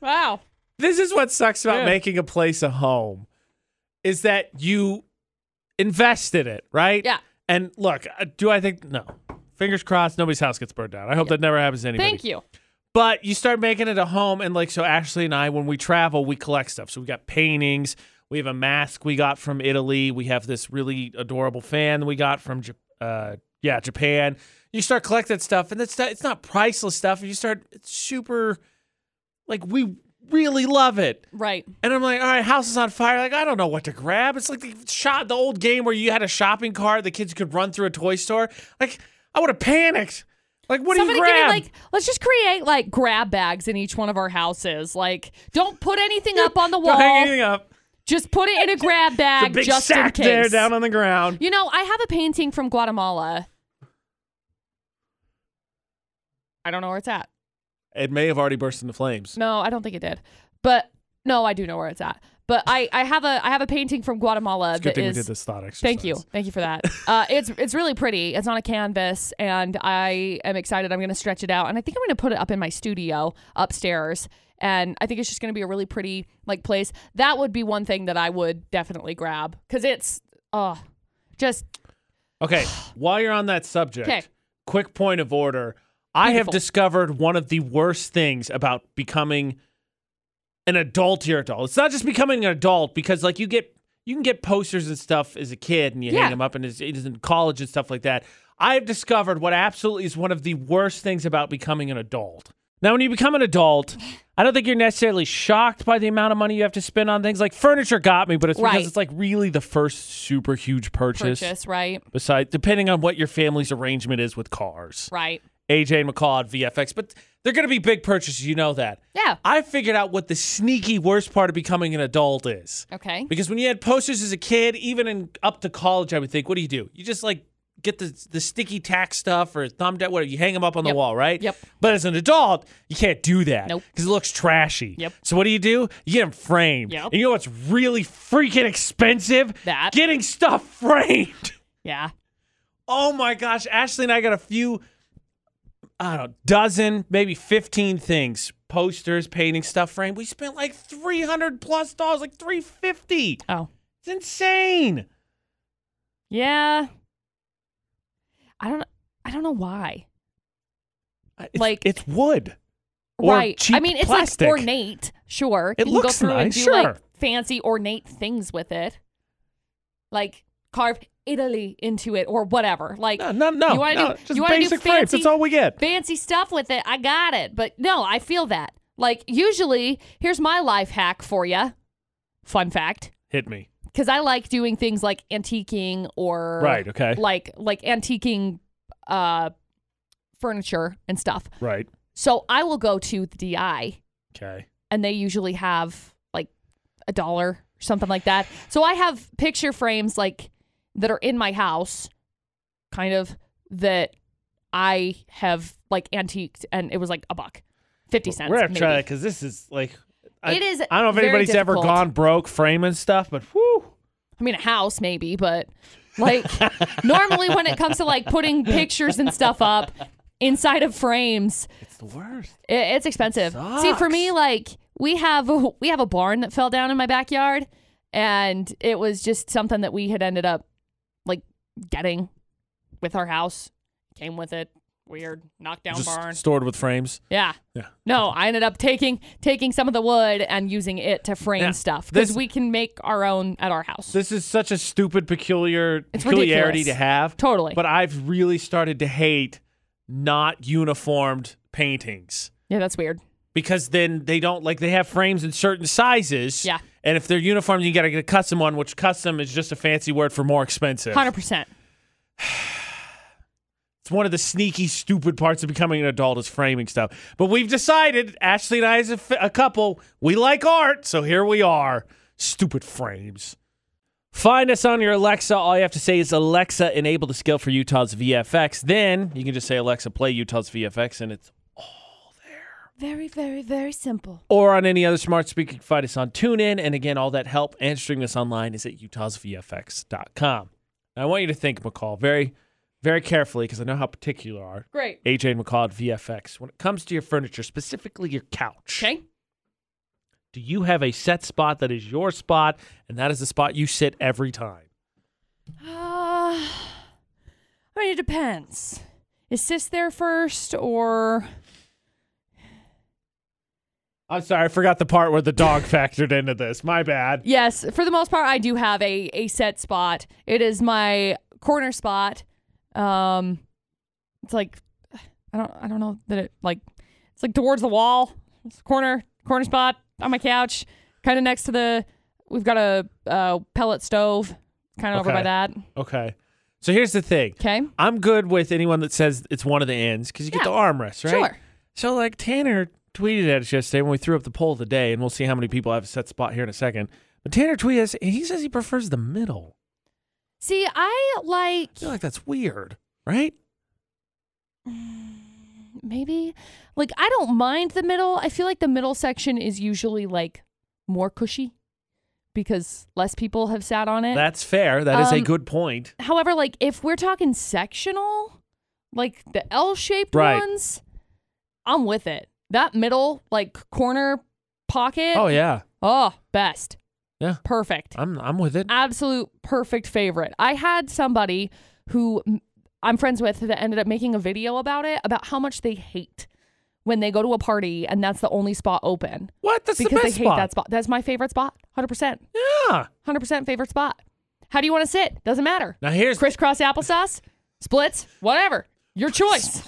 Speaker 3: Wow.
Speaker 1: this is what sucks about
Speaker 3: Yeah.
Speaker 1: making a place a home is that you invest in it, right?
Speaker 3: Yeah.
Speaker 1: And look, uh, do I think no? Fingers crossed, nobody's house gets burned down. I hope that never happens to anybody.
Speaker 3: Thank you.
Speaker 1: But you start making it a home, and like so, Ashley and I, when we travel, we collect stuff. So we got paintings. We have a mask we got from Italy. We have this really adorable fan we got from Jap- uh, yeah Japan. You start collecting stuff, and it's not, it's not priceless stuff. You start it's super, like we really love it.
Speaker 3: Right.
Speaker 1: And I'm like, all right, house is on fire. Like, I don't know what to grab. It's like the shot, the old game where you had a shopping cart, the kids could run through a toy store. Like, I would have panicked. Like, what
Speaker 3: Somebody
Speaker 1: do you
Speaker 3: give me
Speaker 1: grab?
Speaker 3: like let's just create like grab bags in each one of our houses. Like don't put anything up on the
Speaker 1: Don't hang
Speaker 3: wall.
Speaker 1: anything up.
Speaker 3: Just put it in a grab
Speaker 1: It's a
Speaker 3: bag
Speaker 1: big
Speaker 3: just
Speaker 1: sack
Speaker 3: in case.
Speaker 1: there down on the ground.
Speaker 3: you know, I have a painting from Guatemala. I don't know where it's at.
Speaker 1: It may have already burst into flames.
Speaker 3: No, I don't think it did. But no, I do know where it's at. But I, I have a I have a painting from Guatemala
Speaker 1: It's a good
Speaker 3: that
Speaker 1: thing
Speaker 3: is-
Speaker 1: we did this thought exercise.
Speaker 3: Thank you, thank you for that. Uh, it's it's really pretty. It's on a canvas, and I am excited. I'm going to stretch it out, and I think I'm going to put it up in my studio upstairs. And I think it's just going to be a really pretty like place. That would be one thing that I would definitely grab because it's oh, just
Speaker 1: Okay, while you're on that subject,
Speaker 3: 'Kay.
Speaker 1: quick point of order. I have
Speaker 3: Beautiful.
Speaker 1: discovered one of the worst things about becoming an adult here adult. It's not just becoming an adult because like you get you can get posters and stuff as a kid and you hang
Speaker 3: Yeah.
Speaker 1: them up and it's, it is in college and stuff like that. I have discovered what absolutely is one of the worst things about becoming an adult. Now, when you become an adult, I don't think you're necessarily shocked by the amount of money you have to spend on things. Like furniture got me, but it's
Speaker 3: Right.
Speaker 1: because it's like really the first super huge
Speaker 3: purchase, right?
Speaker 1: besides depending on what your family's arrangement is with cars.
Speaker 3: Right.
Speaker 1: AJ and McCall at VFX, but they're going to be big purchases, you know that.
Speaker 3: Yeah.
Speaker 1: I figured out what the sneaky worst part of becoming an adult is.
Speaker 3: Okay.
Speaker 1: Because when you had posters as a kid, even in up to college, I would think, what do you do? You just like get the the sticky tack stuff or thumb down, whatever. You hang them up on the
Speaker 3: Yep.
Speaker 1: wall, right?
Speaker 3: Yep.
Speaker 1: But as an adult, you can't do that.
Speaker 3: Nope.
Speaker 1: Because it looks trashy.
Speaker 3: Yep.
Speaker 1: So what do you do? You get them framed.
Speaker 3: Yep.
Speaker 1: And you know what's really freaking expensive?
Speaker 3: That.
Speaker 1: Getting stuff framed.
Speaker 3: Yeah.
Speaker 1: Oh my gosh, Ashley and I got a few, I don't know, dozen, maybe 15 things. Posters, painting, stuff frame. We spent like 300 plus dollars, like 350.
Speaker 3: Oh.
Speaker 1: It's insane.
Speaker 3: Yeah. I don't. I don't know why.
Speaker 1: Uh, It's,
Speaker 3: Like-
Speaker 1: it's wood. or
Speaker 3: right. I
Speaker 1: cheap
Speaker 3: mean, it's
Speaker 1: plastic.
Speaker 3: like ornate, sure.
Speaker 1: It
Speaker 3: you
Speaker 1: looks
Speaker 3: can go through
Speaker 1: nice,
Speaker 3: and do
Speaker 1: sure.
Speaker 3: like fancy ornate things with it. Like carve Italy into it or whatever. Like
Speaker 1: No, no, no.
Speaker 3: You wanna
Speaker 1: no,
Speaker 3: do-
Speaker 1: just
Speaker 3: you wanna do
Speaker 1: basic frames.
Speaker 3: fancy-
Speaker 1: That's all we get.
Speaker 3: fancy stuff with it. I got it. But no, I feel that. Like usually, here's my life hack for you. Fun fact.
Speaker 1: Hit me.
Speaker 3: Because I like doing things like antiquing or
Speaker 1: Right, okay.
Speaker 3: like like antiquing uh furniture and stuff.
Speaker 1: Right.
Speaker 3: So I will go to the DI
Speaker 1: Okay.
Speaker 3: and they usually have like a dollar or something like that. So I have picture frames like that are in my house, kind of that I have like antiqued, and it was like a buck, fifty cents.
Speaker 1: We're going to
Speaker 3: maybe.
Speaker 1: try that because this is like. I,
Speaker 3: It is
Speaker 1: I don't know if
Speaker 3: very
Speaker 1: anybody's ever
Speaker 3: difficult.
Speaker 1: gone broke framing stuff, but whew.
Speaker 3: I mean, a house maybe, but like normally when it comes to like putting pictures and stuff up inside of frames,
Speaker 1: It's the worst.
Speaker 3: It, it's expensive. See, for me,
Speaker 1: sucks.
Speaker 3: like we have a, we have a barn that fell down in my backyard, and it was just something that we had ended up like getting with our house. Came with it. Weird knockdown
Speaker 1: Just
Speaker 3: barn.
Speaker 1: stored with frames.
Speaker 3: yeah.
Speaker 1: Yeah.
Speaker 3: No, I ended up taking taking some of the wood and using it to frame
Speaker 1: Yeah,
Speaker 3: stuff
Speaker 1: this-
Speaker 3: because we can make our own at our house.
Speaker 1: This is such a stupid peculiar
Speaker 3: It's
Speaker 1: peculiarity
Speaker 3: ridiculous.
Speaker 1: to have.
Speaker 3: Totally.
Speaker 1: But I've really started to hate not uniformed paintings.
Speaker 3: yeah, that's weird.
Speaker 1: because then they don't like they have frames in certain sizes.
Speaker 3: Yeah.
Speaker 1: And if they're uniforms, you got to get a custom one, which custom is just a fancy word for more expensive.
Speaker 3: 100%.
Speaker 1: It's one of the sneaky, stupid parts of becoming an adult is framing stuff. But we've decided, Ashley and I, as a, f- a couple, we like art, so here we are. Stupid frames. Find us on your Alexa. All you have to say is Alexa, enable the skill for Utah's VFX. Then you can just say Alexa, play Utah's VFX, and it's
Speaker 3: Very, very, very simple.
Speaker 1: or on any other smart speaker. You can find us on TuneIn. And again, all that help and streaming us online is at utahsvfx.com. Now, I want you to think, McCall, very, very carefully, because I know how particular are
Speaker 3: Great.
Speaker 1: AJ and McCall at VFX. When it comes to your furniture, specifically your couch,
Speaker 3: Okay.
Speaker 1: do you have a set spot that is your spot and that is the spot you sit every time?
Speaker 3: Uh, I mean, it depends. Is sis there first or.
Speaker 1: I'm sorry, I forgot the part where the dog factored into this. My bad.
Speaker 3: Yes, for the most part, I do have a, a set spot. It is my corner spot. Um, it's like I don't I don't know that it like it's like towards the wall. It's corner corner spot on my couch, kind of next to the. We've got a uh, pellet stove, kind of over
Speaker 1: Okay.
Speaker 3: by that.
Speaker 1: Okay. So here's the thing.
Speaker 3: Okay,
Speaker 1: I'm good with anyone that says it's one of the ends because you get
Speaker 3: Yeah.
Speaker 1: the armrest, right?
Speaker 3: sure.
Speaker 1: So, like Tanner tweeted at us yesterday when we threw up the poll of the day, and we'll see how many people have a set spot here in a second. But Tanner tweeted us, and he says he prefers the middle.
Speaker 3: See, I like
Speaker 1: I feel like that's weird, right?
Speaker 3: maybe like I don't mind the middle. I feel like the middle section is usually like more cushy because less people have sat on it.
Speaker 1: That's fair. That is a
Speaker 3: Eh. Um,
Speaker 1: good point.
Speaker 3: However, like if we're talking sectional, like the L-shaped
Speaker 1: Right.
Speaker 3: ones, I'm with it. That middle like corner pocket.
Speaker 1: Oh yeah,
Speaker 3: Oh, best.
Speaker 1: Yeah.
Speaker 3: Perfect.
Speaker 1: I'm I'm with
Speaker 3: Uh,
Speaker 1: it.
Speaker 3: Absolute perfect favorite. I had somebody who mm, I'm friends with that ended up making a video about it about how much they hate when they go to a party and that's the only spot open
Speaker 1: What? That's
Speaker 3: because
Speaker 1: the
Speaker 3: they
Speaker 1: best
Speaker 3: hate
Speaker 1: spot.
Speaker 3: that spot. That's my favorite spot. 100%.
Speaker 1: Yeah.
Speaker 3: 100% favorite spot. How do you want to sit? Doesn't matter
Speaker 1: Now here's
Speaker 3: crisscross applesauce, splits, whatever. Your choice.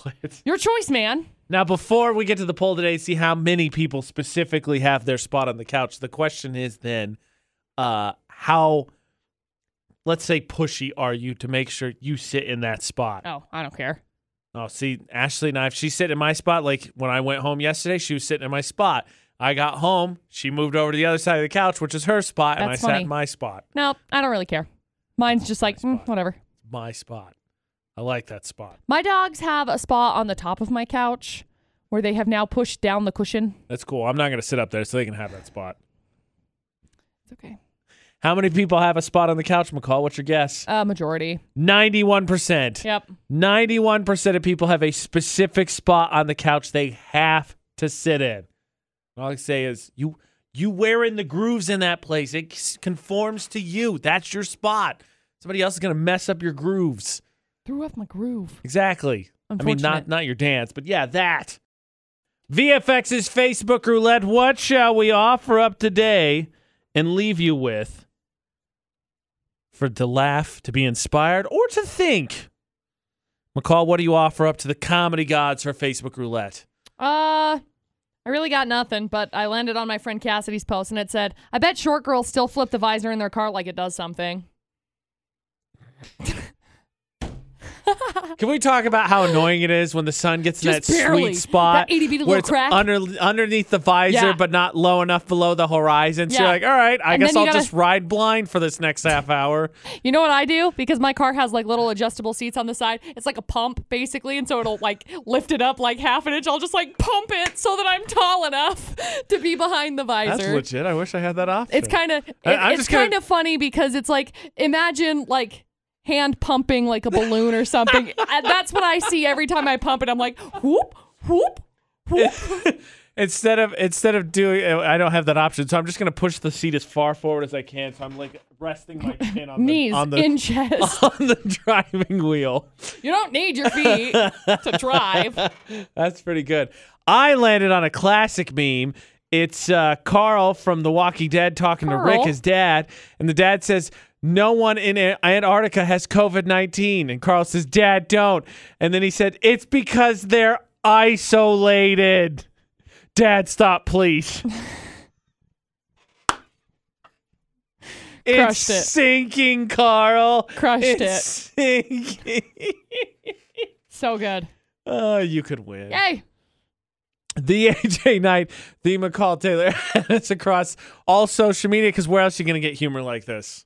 Speaker 3: Your choice, man.
Speaker 1: Now, before we get to the poll today, see how many people specifically have their spot on the couch. The question is then, uh, how, let's say, pushy are you to make sure you sit in that spot?
Speaker 3: Oh, I don't care.
Speaker 1: Oh, see, Ashley and I, if she sit in my spot, like when I went home yesterday, she was sitting in my spot. I got home, she moved over to the other side of the couch, which is her spot, and I
Speaker 3: That's
Speaker 1: sat
Speaker 3: funny.
Speaker 1: in my spot.
Speaker 3: No, I don't really care. Mine's just like, mm, whatever.
Speaker 1: My spot. I like that spot.
Speaker 3: My dogs have a spot on the top of my couch where they have now pushed down the cushion.
Speaker 1: That's cool. I'm not going to sit up there, so they can have that spot.
Speaker 3: It's okay.
Speaker 1: How many people have a spot on the couch, McCall? What's your guess?
Speaker 3: Uh, majority.
Speaker 1: 91%.
Speaker 3: Yep.
Speaker 1: 91% of people have a specific spot on the couch they have to sit in. All I say is you you wear in the grooves in that place. It s- conforms to you. That's your spot. Somebody else is going to mess up your grooves.
Speaker 3: Threw off my groove.
Speaker 1: Exactly. I mean not
Speaker 3: Unfortunate.
Speaker 1: not your dance, but yeah, that. VFX's Facebook roulette. What shall we offer up today and leave you with? For to laugh, to be inspired, or to think. McCall, what do you offer up to the comedy gods for Facebook roulette?
Speaker 3: Uh, I really got nothing, but I landed on my friend Cassidy's post and it said, I bet short girls still flip the visor in their car like it does something.
Speaker 1: Can we talk about how annoying it is when the sun gets in that
Speaker 3: Just barely.
Speaker 1: sweet spot?
Speaker 3: That itty bitty
Speaker 1: where
Speaker 3: little
Speaker 1: it's
Speaker 3: crack.
Speaker 1: Under, underneath the visor,
Speaker 3: Yeah.
Speaker 1: but not low enough below the horizon. So
Speaker 3: Yeah.
Speaker 1: you're like, all right, I
Speaker 3: And
Speaker 1: guess
Speaker 3: then you
Speaker 1: I'll
Speaker 3: gotta-
Speaker 1: just ride blind for this next half hour.
Speaker 3: You know what I do? Because my car has like little adjustable seats on the side. It's like a pump basically, and so it'll like lift it up like half an inch. I'll just like pump it so that I'm tall enough to be behind the visor.
Speaker 1: That's legit. I wish I had that option.
Speaker 3: It's kind of
Speaker 1: I- I'm
Speaker 3: it's
Speaker 1: just gonna-
Speaker 3: kind of funny because it's like imagine like hand pumping like a balloon or something. And That's what I see every time I pump it. I'm like whoop whoop whoop.
Speaker 1: instead of instead of doing. I don't have that option, so I'm just gonna push the seat as far forward as I can. So I'm like resting my chin on
Speaker 3: Knees
Speaker 1: the on the
Speaker 3: in chest.
Speaker 1: on the driving wheel.
Speaker 3: You don't need your feet to drive.
Speaker 1: That's pretty good. I landed on a classic meme. It's uh, Carl from The Walking Dead talking to Rick,
Speaker 3: Carl?
Speaker 1: his dad, and the dad says, "No one in A- Antarctica has COVID nineteen," and Carl says, "Dad, don't." And then he said, "It's because they're isolated." Dad, stop, please. it's
Speaker 3: Crushed it.
Speaker 1: sinking, Carl.
Speaker 3: Crushed
Speaker 1: it's it. Sinking.
Speaker 3: So good.
Speaker 1: Oh, you could win.
Speaker 3: Yay.
Speaker 1: The AJ Knight, the McCall Taylor. it's across all social media because where else are you going to get humor like this?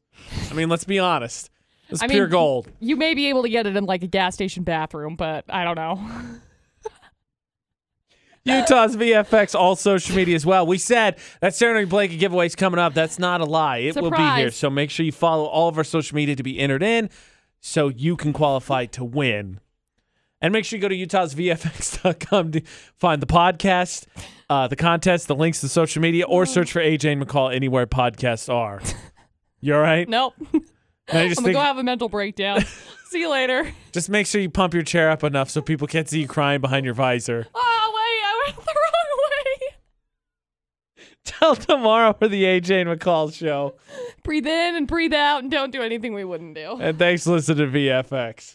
Speaker 1: I mean, let's be honest. It's
Speaker 3: I mean,
Speaker 1: pure gold.
Speaker 3: You may be able to get it in like a gas station bathroom, but I don't know.
Speaker 1: Utah's VFX, all social media as well. We said that Saturday Night Blanket giveaway is coming up. That's not a lie. It will be
Speaker 3: Surprise.
Speaker 1: here. So make sure you follow all of our social media to be entered in so you can qualify to win. And make sure you go to utahsvfx.com to find the podcast, uh, the contest, the links to social media, or search for AJ and McCall anywhere podcasts are. You all right?
Speaker 3: Nope.
Speaker 1: And I just,
Speaker 3: I'm
Speaker 1: think-
Speaker 3: going to go have a mental breakdown. See you later.
Speaker 1: just make sure you pump your chair up enough so people can't see you crying behind your visor.
Speaker 3: Oh, wait. I went the wrong way.
Speaker 1: Till tomorrow for the AJ and McCall show.
Speaker 3: breathe in and breathe out and don't do anything we wouldn't do.
Speaker 1: And thanks for listening to VFX.